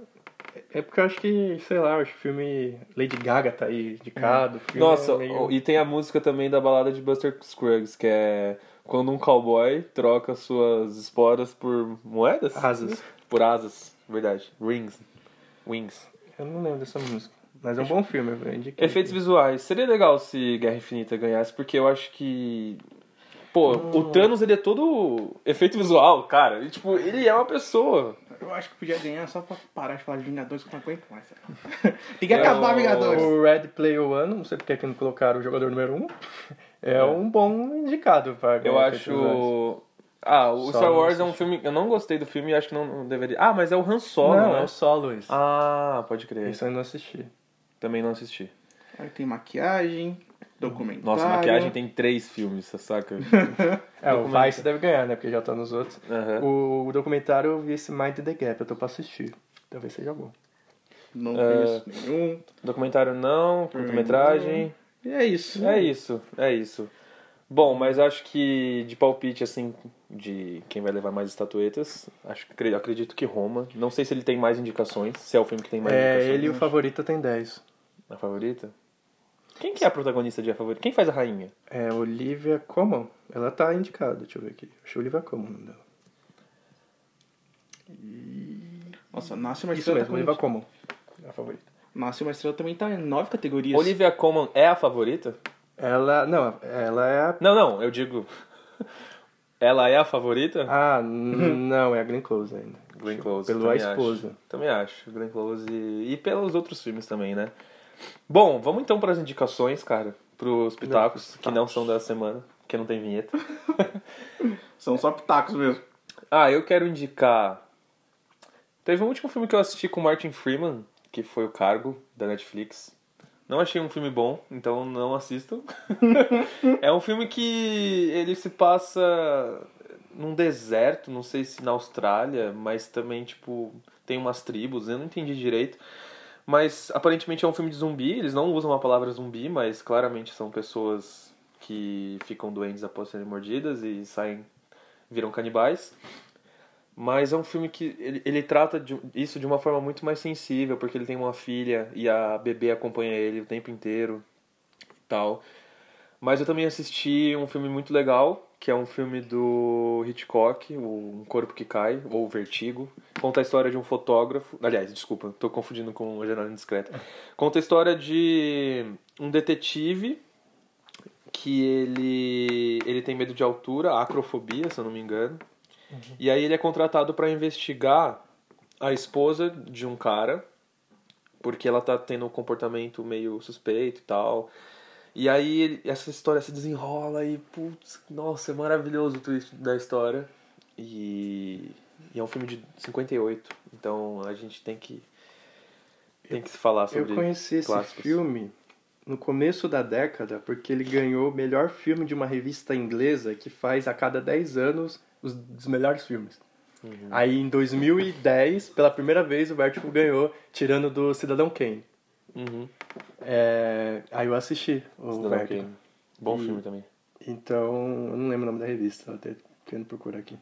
É porque eu acho que, sei lá, eu acho que o filme Lady Gaga tá aí indicado. o filme
Nossa,
é meio-
ó, e tem a música também da balada de Buster Scruggs, que é quando um cowboy troca suas esporas por moedas?
Asas.
Por asas, verdade. Rings. Wings.
Eu não lembro dessa música. Mas é um bom filme, eu indiquei.
Efeitos visuais. Seria legal se Guerra Infinita ganhasse, porque eu acho que. Pô,
Hum.
o Thanos ele é todo efeito visual, cara. E, tipo, ele é uma pessoa.
Eu acho que podia ganhar só pra parar de falar de Vingadores que eu não aguento mais. é. (laughs) Tem que acabar
É o-
Vingadores.
O Red Player One, não sei porque que não colocaram o jogador número 1, (laughs) é, um bom indicado para
Eu
ganhar É, efeitos visuais.
acho. Ah, o
Só
Star
não
Wars é um filme. Eu não gostei do filme e acho que não não deveria. Ah, mas é o Han Solo,
não,
né?
é o solo isso.
Ah, pode crer.
Isso eu não assisti.
Também não assisti.
Aí tem maquiagem, documentário.
Nossa, maquiagem tem três filmes,
(laughs)
saca?
É, o
Documentário.
Vice deve ganhar, né? Porque já tá nos outros.
Aham.
O, o documentário eu vi esse Mind the Gap, eu tô pra assistir. Talvez seja bom.
Não
É.
conheço nenhum.
Documentário não, curta-metragem.
E é isso.
É isso, é isso. Bom, mas acho que de palpite, assim, de quem vai levar mais estatuetas, acho que acre- acredito que Roma. Não sei se ele tem mais indicações, se é o filme que tem mais
É,
indicações.
ele e o favorito tem 10.
A favorita? Quem que é a protagonista de A Favorita? Quem faz a rainha?
É Olivia Common. Ela tá indicada, deixa eu ver aqui. Acho que é Olivia Common o nome dela.
Nossa, Nasce uma
Isso
Estrela
mesmo,
também.
Olivia Common. É a favorita.
Nasce uma Estrela também tá em nove categorias.
Olivia Colman é a favorita?
Ela. Não, ela é
(laughs)
a.
Não, não, eu digo... Ela é a favorita?
Ah, n- não, é a Glenn Close ainda.
Glenn Close.
Pelo A
também acho.
Esposa.
Também acho. Glenn Close e, e pelos outros filmes também, né? Bom, vamos então para as indicações, cara. Para os pitacos, que não são da semana, porque não tem vinheta.
São só pitacos mesmo.
ah, eu quero indicar... Teve um último filme que eu assisti com Martin Freeman, que foi O Cargo, da Netflix. Não achei um filme bom, então não assistam. é um filme que ele se passa num deserto, não sei se na Austrália, mas também, tipo, tem umas tribos, eu não entendi direito. Mas aparentemente é um filme de zumbi, eles não usam a palavra zumbi, mas claramente são pessoas que ficam doentes após serem mordidas e saem, viram canibais. Mas é um filme que ele, ele trata de- um, isso de uma forma muito mais sensível, porque ele tem uma filha e a bebê acompanha ele o tempo inteiro e tal. Mas eu também assisti um filme muito legal, que é um filme do Hitchcock, o Um Corpo que Cai, ou Vertigo. Conta a história de um fotógrafo. Aliás, desculpa, tô confundindo com o Janela Indiscreta. Conta a história de um detetive que ele, ele tem medo de altura, acrofobia, se eu não me engano.
Uhum.
E aí ele é contratado para investigar a esposa de um cara, porque ela tá tendo um comportamento meio suspeito e tal. E aí ele- essa história se desenrola e, putz, nossa, é maravilhoso o twist da história. E, e é um filme de 58, então a gente tem que tem que se falar sobre
Eu conheci esse
clássicos.
filme no começo da década, porque ele ganhou o melhor filme de uma revista inglesa que faz a cada 10 anos os, os melhores filmes.
Uhum.
Aí em 2010, pela primeira vez, o Vertigo ganhou, tirando do Cidadão Kane.
Uhum.
É, aí eu assisti o
Cidadão
Vertigo.
Kane. Bom
E-
filme também.
Então, eu não lembro o nome da revista, eu até querendo procurar aqui.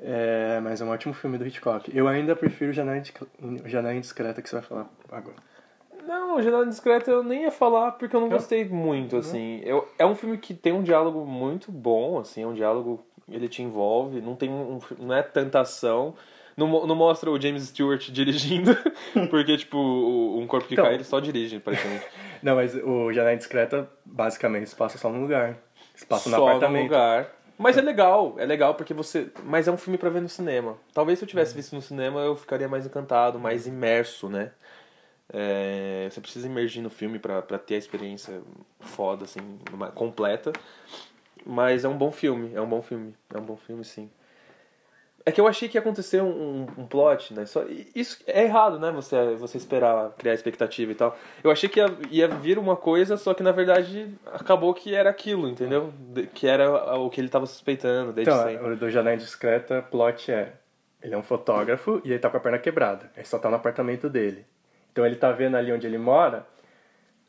É, mas é um ótimo filme do Hitchcock. Eu ainda prefiro Janela Indisc- Janela Indiscreta que você vai falar agora.
Não, Janela Indiscreta eu nem ia falar porque eu não gostei muito, assim. Eu, é um filme que tem um diálogo muito bom, assim, é um diálogo... Ele te envolve, não tem um, não é tanta ação. Não, mo- não mostra o James Stewart (laughs) dirigindo, porque, tipo, o- um corpo que
Então.
cai, ele só dirige, praticamente.
Não, mas o Janela Indiscreta, basicamente, se passa só num lugar. Se passa no
só
apartamento.
num lugar. Mas é legal, é legal porque você... Mas é um filme pra ver no cinema. Talvez se eu
Uhum.
tivesse visto no cinema, eu ficaria mais encantado, mais imerso, né? É, você precisa imergir no filme pra, pra ter a experiência foda, assim, uma- completa. Mas é um bom filme, é um bom filme, é um bom filme, sim. É que eu achei que ia acontecer um, um, um plot, né? Só, e isso é errado, né? Você, você esperar criar expectativa e tal. Eu achei que ia, ia vir uma coisa, só que na verdade acabou que era aquilo, entendeu? De- que era o que ele tava suspeitando desde sempre.
Então, o do Janela Indiscreta, plot é... Ele é um fotógrafo e ele tá com a perna quebrada. Ele só tá no apartamento dele. Então ele tá vendo ali onde ele mora,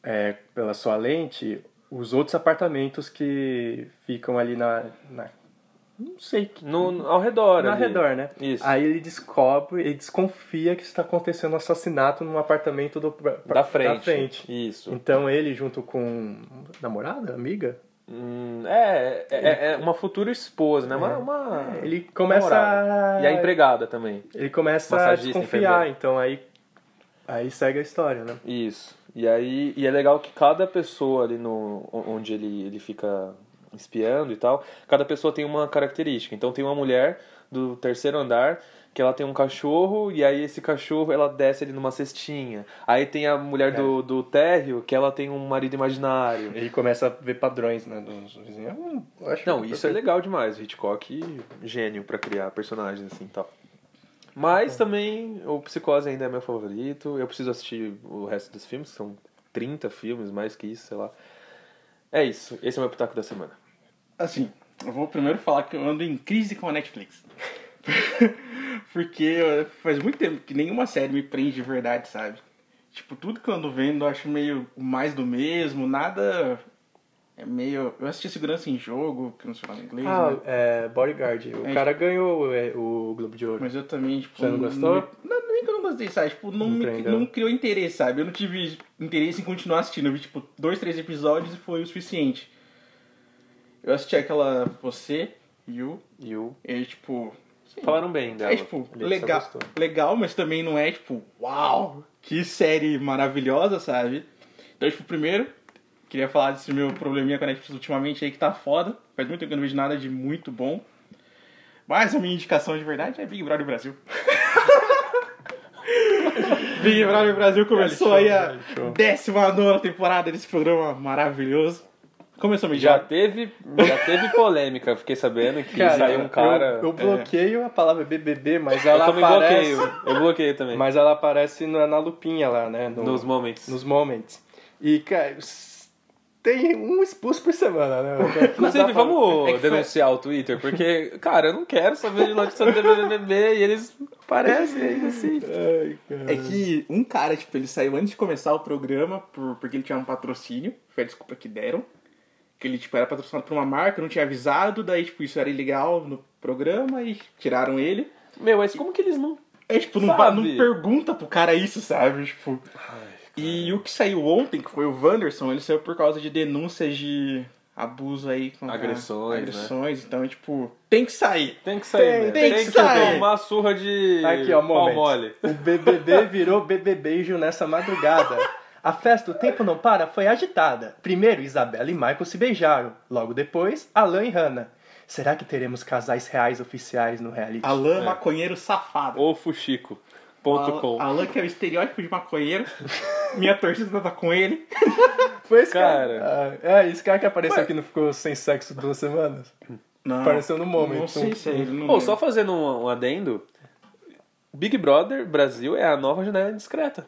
é, pela sua lente, os outros apartamentos que ficam ali na, na, Não sei. que-
No, no- ao redor,
Ao
ali.
redor, né?
Isso.
Aí ele descobre, ele desconfia que está acontecendo um assassinato num apartamento do,
da frente.
Da frente.
Isso.
Então ele, junto com namorada, amiga,
Hum, é, é, é- é uma futura esposa, né? Uma, uma-
É. ele começa
namorada.
a...
E a empregada também.
Ele começa a
Massagista,
desconfiar,
enfermeira.
então aí, aí segue a história, né?
Isso. E aí, e é legal que cada pessoa ali no onde ele, ele fica espiando e tal, cada pessoa tem uma característica. Então tem uma mulher do terceiro andar que ela tem um cachorro e aí esse cachorro ela desce ali numa cestinha. Aí tem a mulher do, do térreo que ela tem um marido imaginário.
Ele começa a ver padrões, né, dos vizinhos. Hum, eu acho
Não,
que-
isso é legal demais. O Hitchcock, gênio pra criar personagens assim e tal. Mas
Tá
também o Psicose ainda é meu favorito. Eu preciso assistir o resto dos filmes, que são 30 filmes, mais que isso, sei lá. É isso. Esse é o meu pitaco da semana.
Assim, eu vou primeiro falar que eu ando em crise com a Netflix. (laughs) Porque faz muito tempo que nenhuma série me prende de verdade, sabe? Tipo, tudo que eu ando vendo eu acho meio mais do mesmo, nada. É meio. Eu assisti Segurança em Jogo, que eu não sei falar em inglês,
Ah,
né?
é, Bodyguard. O
É,
cara ganhou é, o Globo de Ouro.
Mas eu também, tipo.
Você não gostou?
Não, não, nem que eu não gostei, sabe? Tipo, não,
Não
me-
prendeu.
não criou interesse, sabe? Eu não tive interesse em continuar assistindo. Eu vi, tipo, dois, três episódios e foi o suficiente. Eu assisti aquela Você, You,
E o...
e tipo. sim.
Falaram bem dela.
É, tipo,
Ele só
legal,
gostou.
legal, mas também não é, tipo, uau, que série maravilhosa, sabe? Então, tipo, primeiro, queria falar desse meu probleminha com a Netflix ultimamente aí, que tá foda. Faz muito tempo que eu não vejo nada de muito bom. Mas a minha indicação de verdade é Big Brother Brasil. (laughs) Big Brother Brasil começou aí a
Reality show.
19 temporada desse programa maravilhoso. Começou a me
Já teve, já teve polêmica. Fiquei sabendo que saiu um cara...
Eu, eu bloqueio a palavra BBB, mas
Eu
ela
também
aparece.
bloqueio. Eu bloqueio também.
Mas ela aparece na, na lupinha lá, né? no-
Nos momentos.
nos moments. E, cara, s- tem um expulso por semana,
(laughs)
né? Não dá
Inclusive,
pra-
vamos
é que foi-
denunciar o Twitter, porque, cara, eu não quero saber de notícia do BBB e eles aparecem ainda assim.
(laughs) Ai, cara.
É que um cara, tipo, ele saiu antes de começar o programa por, porque ele tinha um patrocínio, foi a desculpa que deram. Que ele, tipo, era patrocinado por uma marca, não tinha avisado, daí, tipo, isso era ilegal no programa e tiraram ele.
Meu, mas como que eles não.
É, tipo, não, va-
Sabe?
não pergunta pro cara isso, sabe? Tipo. E o que saiu ontem, que foi o Wanderson, ele saiu por causa de denúncias de abuso aí. Com
Agressões, né?
Agressões, então, tipo, tem que sair.
Tem que
Tem-
sair, né?
tem que sair.
tomar surra de.
Aqui, ó,
pau
moments.
mole.
O BBB virou bebebeijo nessa madrugada. A festa O Tempo Não Para foi agitada. Primeiro, Isabela e Michael se beijaram. Logo depois, Alan e Hannah. Será que teremos casais reais oficiais no reality?
Alain,
É.
maconheiro safado.
Ou fuxico.com.
Alan, Alan, que é o estereótipo de maconheiro. Minha torcida tá com ele.
Foi esse
cara.
Ah, é, esse cara que apareceu que não ficou sem sexo duas semanas.
Não,
Apareceu no Moment.
Não sei se é ele. Não
Ou
lembro.
só fazendo um, um adendo: Big Brother Brasil é a nova janela indiscreta.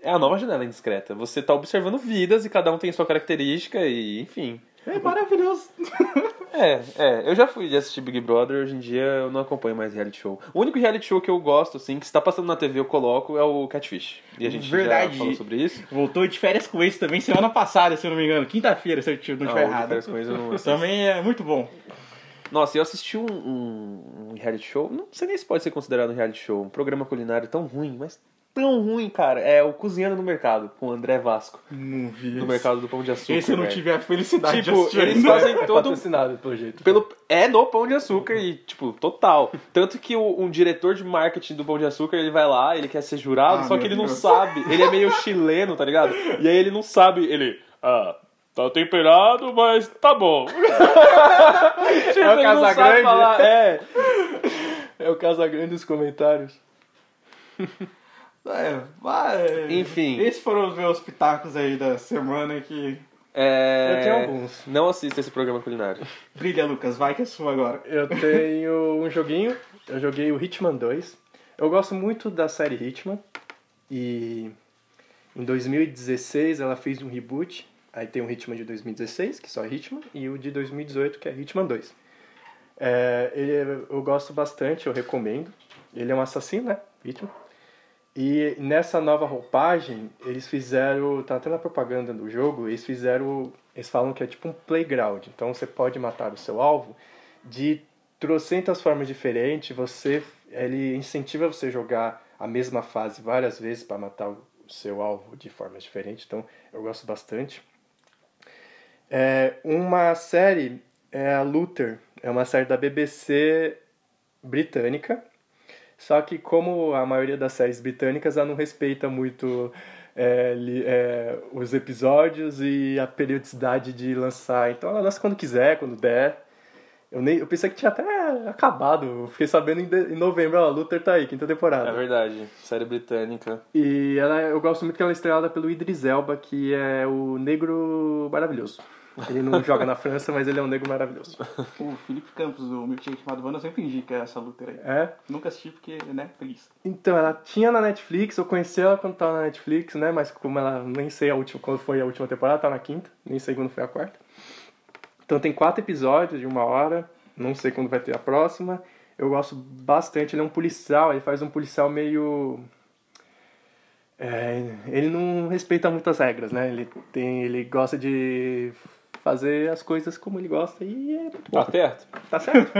É a nova janela indiscreta. Você tá observando vidas e cada um tem sua característica e, enfim.
É maravilhoso.
É, é, eu já fui de assistir Big Brother, hoje em dia eu não acompanho mais reality show. O único reality show que eu gosto, assim, que está passando na TV eu coloco é o Catfish. E a gente
Verdade.
já falou sobre isso.
Voltou de férias com esse também semana passada, se eu não me engano. Quinta-feira, se eu não
Ah,
estiver
o de
errado.
Férias com Ex eu não assisto.
Também é muito bom.
Nossa, eu assisti um, um- um reality show, não sei nem se pode ser considerado um reality show, um programa culinário tão ruim, mas tão ruim, cara. É o Cozinhando no Mercado, com o André Vasco,
Não vi.
do
esse.
Mercado do Pão de Açúcar.
Esse eu não
velho.
tive a felicidade de
Tipo,
assistir (laughs)
eles
ainda.
fazem
É
todo
patrocinado, pelo jeito.
Pelo, é no Pão de Açúcar e, tipo, total. Tanto que o- um diretor de marketing do Pão de Açúcar, ele vai lá, ele quer ser jurado,
Ah,
só
meu
que ele não
Deus.
sabe. Ele é meio chileno, tá ligado? E aí ele não sabe, ele... Ah, tá temperado, mas tá bom. (laughs) Tipo,
É o
ele não sabe
Casagrande?
falar, é.
É o Casagrande dos comentários.
É, vai.
Enfim.
Esses foram os meus pitacos aí da semana que.
É,
Eu tenho alguns.
Não assista esse programa culinário.
Brilha, Lucas, vai que é sua agora.
Eu tenho um joguinho. Eu joguei o Hitman 2. Eu gosto muito da série Hitman. E em 2016 ela fez um reboot. Aí tem o Hitman de 2016, que só é Hitman, e o de 2018, que é Hitman 2. É, ele é- eu gosto bastante, eu recomendo. Ele é um assassino, né? Hitman. E nessa nova roupagem, eles fizeram. Tá até na propaganda do jogo, eles fizeram. Eles falam que é tipo um playground. Então você pode matar o seu alvo de trocentas formas diferentes, você ele incentiva você a jogar a mesma fase várias vezes para matar o seu alvo de formas diferentes, então eu gosto bastante. É, uma série é a Luther, é uma série da BBC britânica, só que como a maioria das séries britânicas, ela não respeita muito é, li- é, os episódios e a periodicidade de lançar. Então ela lança quando quiser, quando der. Eu, nem, eu pensei que tinha até acabado. Eu fiquei sabendo em, de- em novembro, ó, Luther tá aí, quinta temporada.
É verdade, série britânica.
E ela, eu gosto muito que ela é estrelada pelo Idris Elba, que é o negro maravilhoso. Ele não joga na França, mas ele é um negro maravilhoso.
O Felipe Campos, do meu tio chamado Vanda, eu sempre indica essa luta aí.
É?
Nunca assisti porque, né, preguiça.
Então, ela tinha na Netflix, eu conheci ela quando tava na Netflix, né? Mas como ela nem sei a última, quando foi a última temporada, tá na quinta, nem sei quando foi a quarta. Então tem quatro episódios de uma hora, não sei quando vai ter a próxima. Eu gosto bastante, ele é um policial, ele faz um policial meio. É, ele não respeita muitas regras, né? Ele tem. Ele gosta de fazer as coisas como ele gosta e é muito bom.
Tá certo?
(laughs)
Tá certo?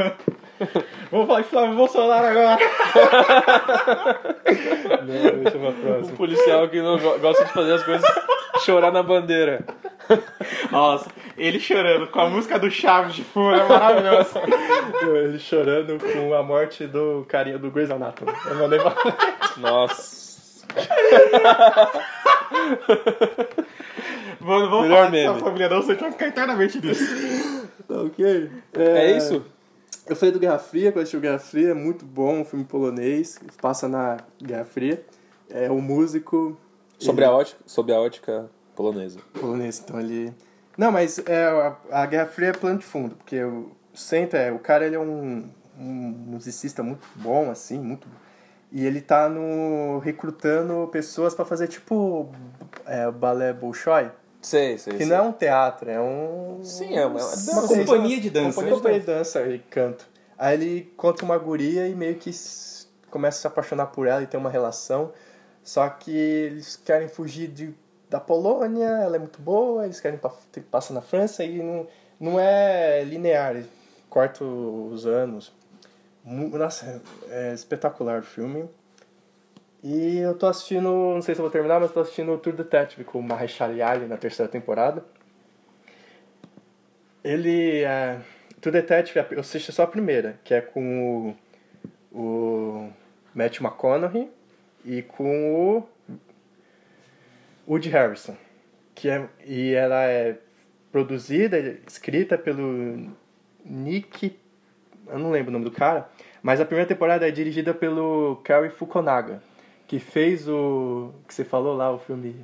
Vamos falar de Flávio Bolsonaro agora!
não, deixa pra próxima.
Um policial que não go- gosta de fazer as coisas chorar na bandeira.
Nossa, ele chorando com a música do Chaves de fundo, é maravilhoso.
Ele chorando com a morte do carinha do Grey's Anatomy. Eu mandei pra...
Nossa.
Mano, vamos
Melhor
falar dessa
meme.
família não, você vai ficar eternamente nisso.
Tá ok.
É isso?
Eu falei do Guerra Fria, que eu achei o Guerra Fria, é muito bom, um filme polonês, que passa na Guerra Fria. É o músico
Sobre a ótica, sobre a ótica polonesa.
polonês, então ele... Não, mas é, a, a Guerra Fria é plano de fundo, porque o centro é... O cara, ele é um, um musicista muito bom, assim, muito... E ele tá no, recrutando pessoas pra fazer, tipo, é, balé Bolshoi.
Sei, sei.
Que não é um teatro, é um.
Sim, é uma- é uma
Sim,
companhia de dança.
Uma companhia de dança e canto. Aí ele conta uma guria e meio que s- começa a se apaixonar por ela e tem uma relação. Só que eles querem fugir de, da Polônia, ela é muito boa, eles querem pa- ter- passar na França e não, não é linear. ele Corta os anos. Mu- Nossa, é espetacular o filme. E eu tô assistindo, não sei se eu vou terminar, mas tô assistindo o Tour Detective com o Maheshal Ali na terceira temporada. Ele. É, True Detective, eu assisti só a primeira, que é com o, o Matt McConaughey e com o Woody Harrison. Que é, e ela é produzida, escrita pelo Nick. Eu não lembro o nome do cara, mas a primeira temporada é dirigida pelo Cary Fukunaga, que fez o. que você falou lá, o filme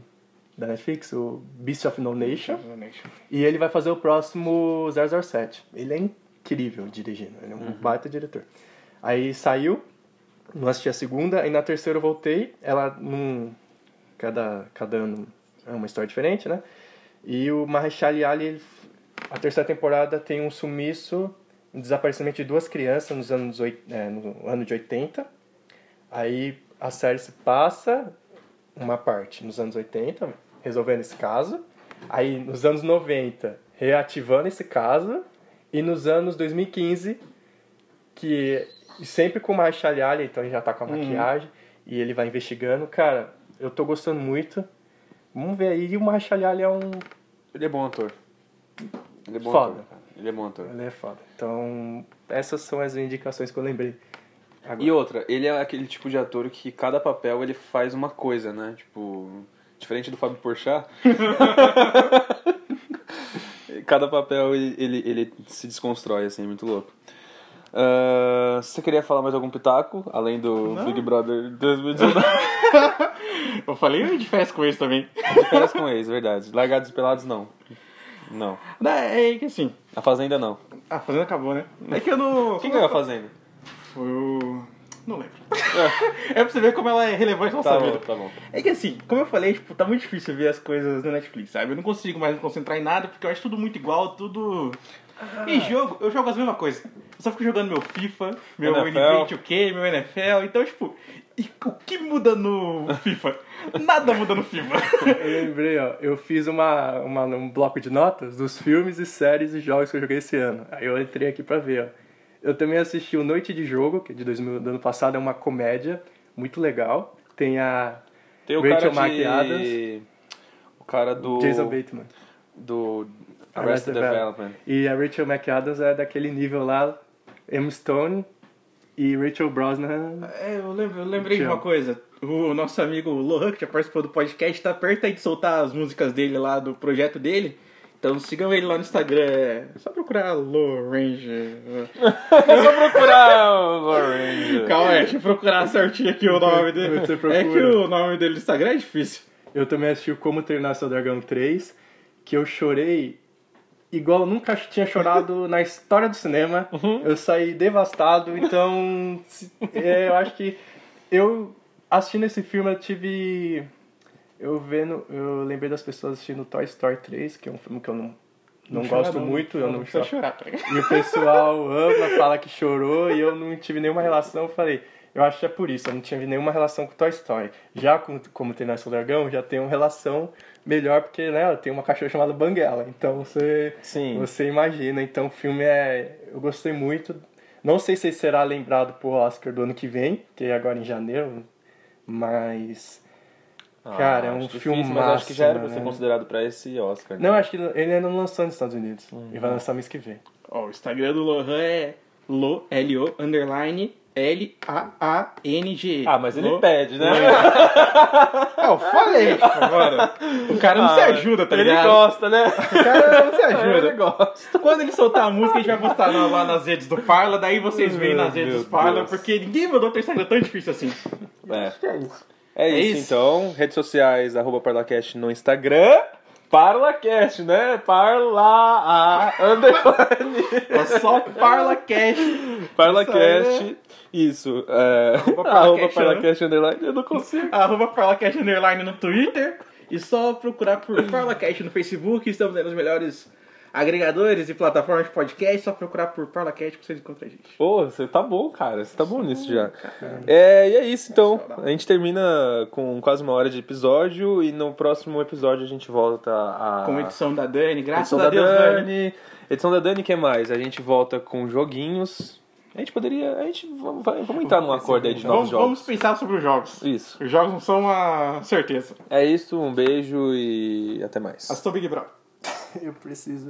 da Netflix, o Beast of No Nation. E ele vai fazer o próximo 007. Ele é incrível dirigindo, ele é um baita diretor. Aí saiu, não assisti a segunda, e na terceira eu voltei. Ela num. Cada, cada ano é uma história diferente, né? E o Marechal Ali, ele, a terceira temporada tem um sumiço, um desaparecimento de duas crianças nos anos, oit- é, no ano de 80. Aí a série se passa uma parte nos anos 80, resolvendo esse caso. Aí nos anos 90, reativando esse caso. E nos anos 2015, que sempre com o Marshall Ali, então ele já tá com a maquiagem. E ele vai investigando. Cara, eu tô gostando muito. Vamos ver aí. E o Marshall Ali é um...
Ele é bom ator. Ele é bom
Foda.
ator. cara. Ele é bom ator.
Ele é foda. Então, essas são as indicações que eu lembrei. Agora.
E outra, ele é aquele tipo de ator que cada papel ele faz uma coisa, né? Tipo, diferente do Fábio Porchat. (laughs) cada papel ele, ele, ele se desconstrói, assim, é muito louco. Ah, você queria falar mais algum pitaco, além do Big Brother
(laughs)
2019? né?
Eu falei de férias com eles também.
Férias com ex, é verdade. Largados e pelados, não. Não.
É que assim,
A Fazenda, não.
a fazenda acabou, né? É que eu não.
Quem ganhou a Fazenda?
Foi o. Não lembro. É pra você ver como ela é relevante na nossa
Tá bom,
vida.
tá bom.
É que assim, como eu falei, tipo, tá muito difícil ver as coisas na Netflix, sabe? Eu não consigo mais me concentrar em nada, porque eu acho tudo muito igual, tudo. Em jogo, eu jogo as mesmas coisas. Eu só fico jogando meu FIFA, meu
NFL.
NBA 2K, meu NFL, então, tipo, e o que muda no FIFA? Nada muda no FIFA.
Eu lembrei, ó, eu fiz uma, uma- um bloco de notas dos filmes e séries e jogos que eu joguei esse ano. Aí eu entrei aqui pra ver, ó. Eu também assisti o Noite de Jogo, que é de 2000, do ano passado, é uma comédia muito legal. Tem a
Tem o
Rachel
cara de...
McAdams.
O cara do...
Jason Bateman.
Do Arrested Development.
E a Rachel McAdams é daquele nível lá, Emma Stone e Rachel Brosnan.
(laughs) É, eu, lembro- eu lembrei de
Tchau.
uma coisa. O nosso amigo Lohan, que já participou do podcast, tá perto aí de soltar as músicas dele lá, do projeto dele. Então sigam ele lá no Instagram. É só procurar Low Range.
É só procurar o Lorraine.
(laughs) Calma aí, deixa eu procurar certinho aqui o nome dele.
Você procura.
É que o nome dele no Instagram é difícil.
Eu também assisti o Como Treinar Seu Dragão 3, que eu chorei igual eu nunca tinha chorado na história do cinema. Eu saí devastado, então se- é, eu acho que eu assistindo esse filme eu tive eu vendo, eu lembrei das pessoas assistindo Toy Story 3, que é um filme que eu não não, gosto muito, eu não
precisa
choro.
chorar, tá ligado?
E o pessoal ama, fala que chorou e eu não tive nenhuma relação. Eu falei, eu acho que é por isso, eu não tive nenhuma relação com Toy Story. Já com, como tem Nasceu Dragão, já tem uma relação melhor, porque né, tem uma cachorra chamada Banguela. Então você,
Sim.
você imagina. Então o filme é. Eu gostei muito. Não sei se será lembrado pro Oscar do ano que vem, que é agora em janeiro, mas.
Ah,
(laughs) Cara, é
acho
um
difícil,
filme
Mas acho que já era pra
massa,
ser
né?
considerado pra esse Oscar.
Não, acho que ele ainda não lançou nos Estados Unidos. Ele vai lançar mês que vem.
Ó, o Instagram do Lohan é lo, L-O, underline, L-A-A-N-G.
Ah, mas ele
Lo-
pede, né? (laughs)
Ah, eu (laughs) falei, tipo, agora. O cara não se ajuda, tá
Ah, Ele
ligado?
gosta, né?
O cara não se
Ele
ajuda.
gosta.
Quando ele soltar a música, a gente vai postar na- lá nas redes do Parla, daí vocês veem nas
Meu
redes do
Deus.
Parla, porque ninguém mandou ter Instagram tão difícil assim.
É. É isso,
isso.
então. Redes sociais, arroba Parlacast no Instagram. Parlacast, né? Parla a (laughs) underline.
É só Parla Cash.
Parlacast. Isso. É... (laughs)
Parlacast,
Arroba
né?
Parlacast underline. Eu não consigo.
arroba ParlaCast Underline no Twitter e só procurar por ParlaCast no Facebook. Estamos aí nos melhores agregadores e plataformas de podcast. Só procurar por ParlaCast que vocês encontram a gente.
Pô, você tá bom, cara. Você tá bom nisso já. É, e é isso, então. A gente termina com quase uma hora de episódio e no próximo episódio a gente volta a...
Com edição da Dani, graças
Ah. Edição
a
da
Deus,
Dani.
Dani.
Edição da Dani, que mais? A gente volta com joguinhos. A gente poderia... A gente... Vamos, vai- vamos entrar num acordo aí de novos
Vamos, um
jogos.
vamos pensar sobre os jogos.
Isso.
Os jogos não são uma certeza.
É isso, um beijo e até mais.
Assistam Big Brother.
Eu preciso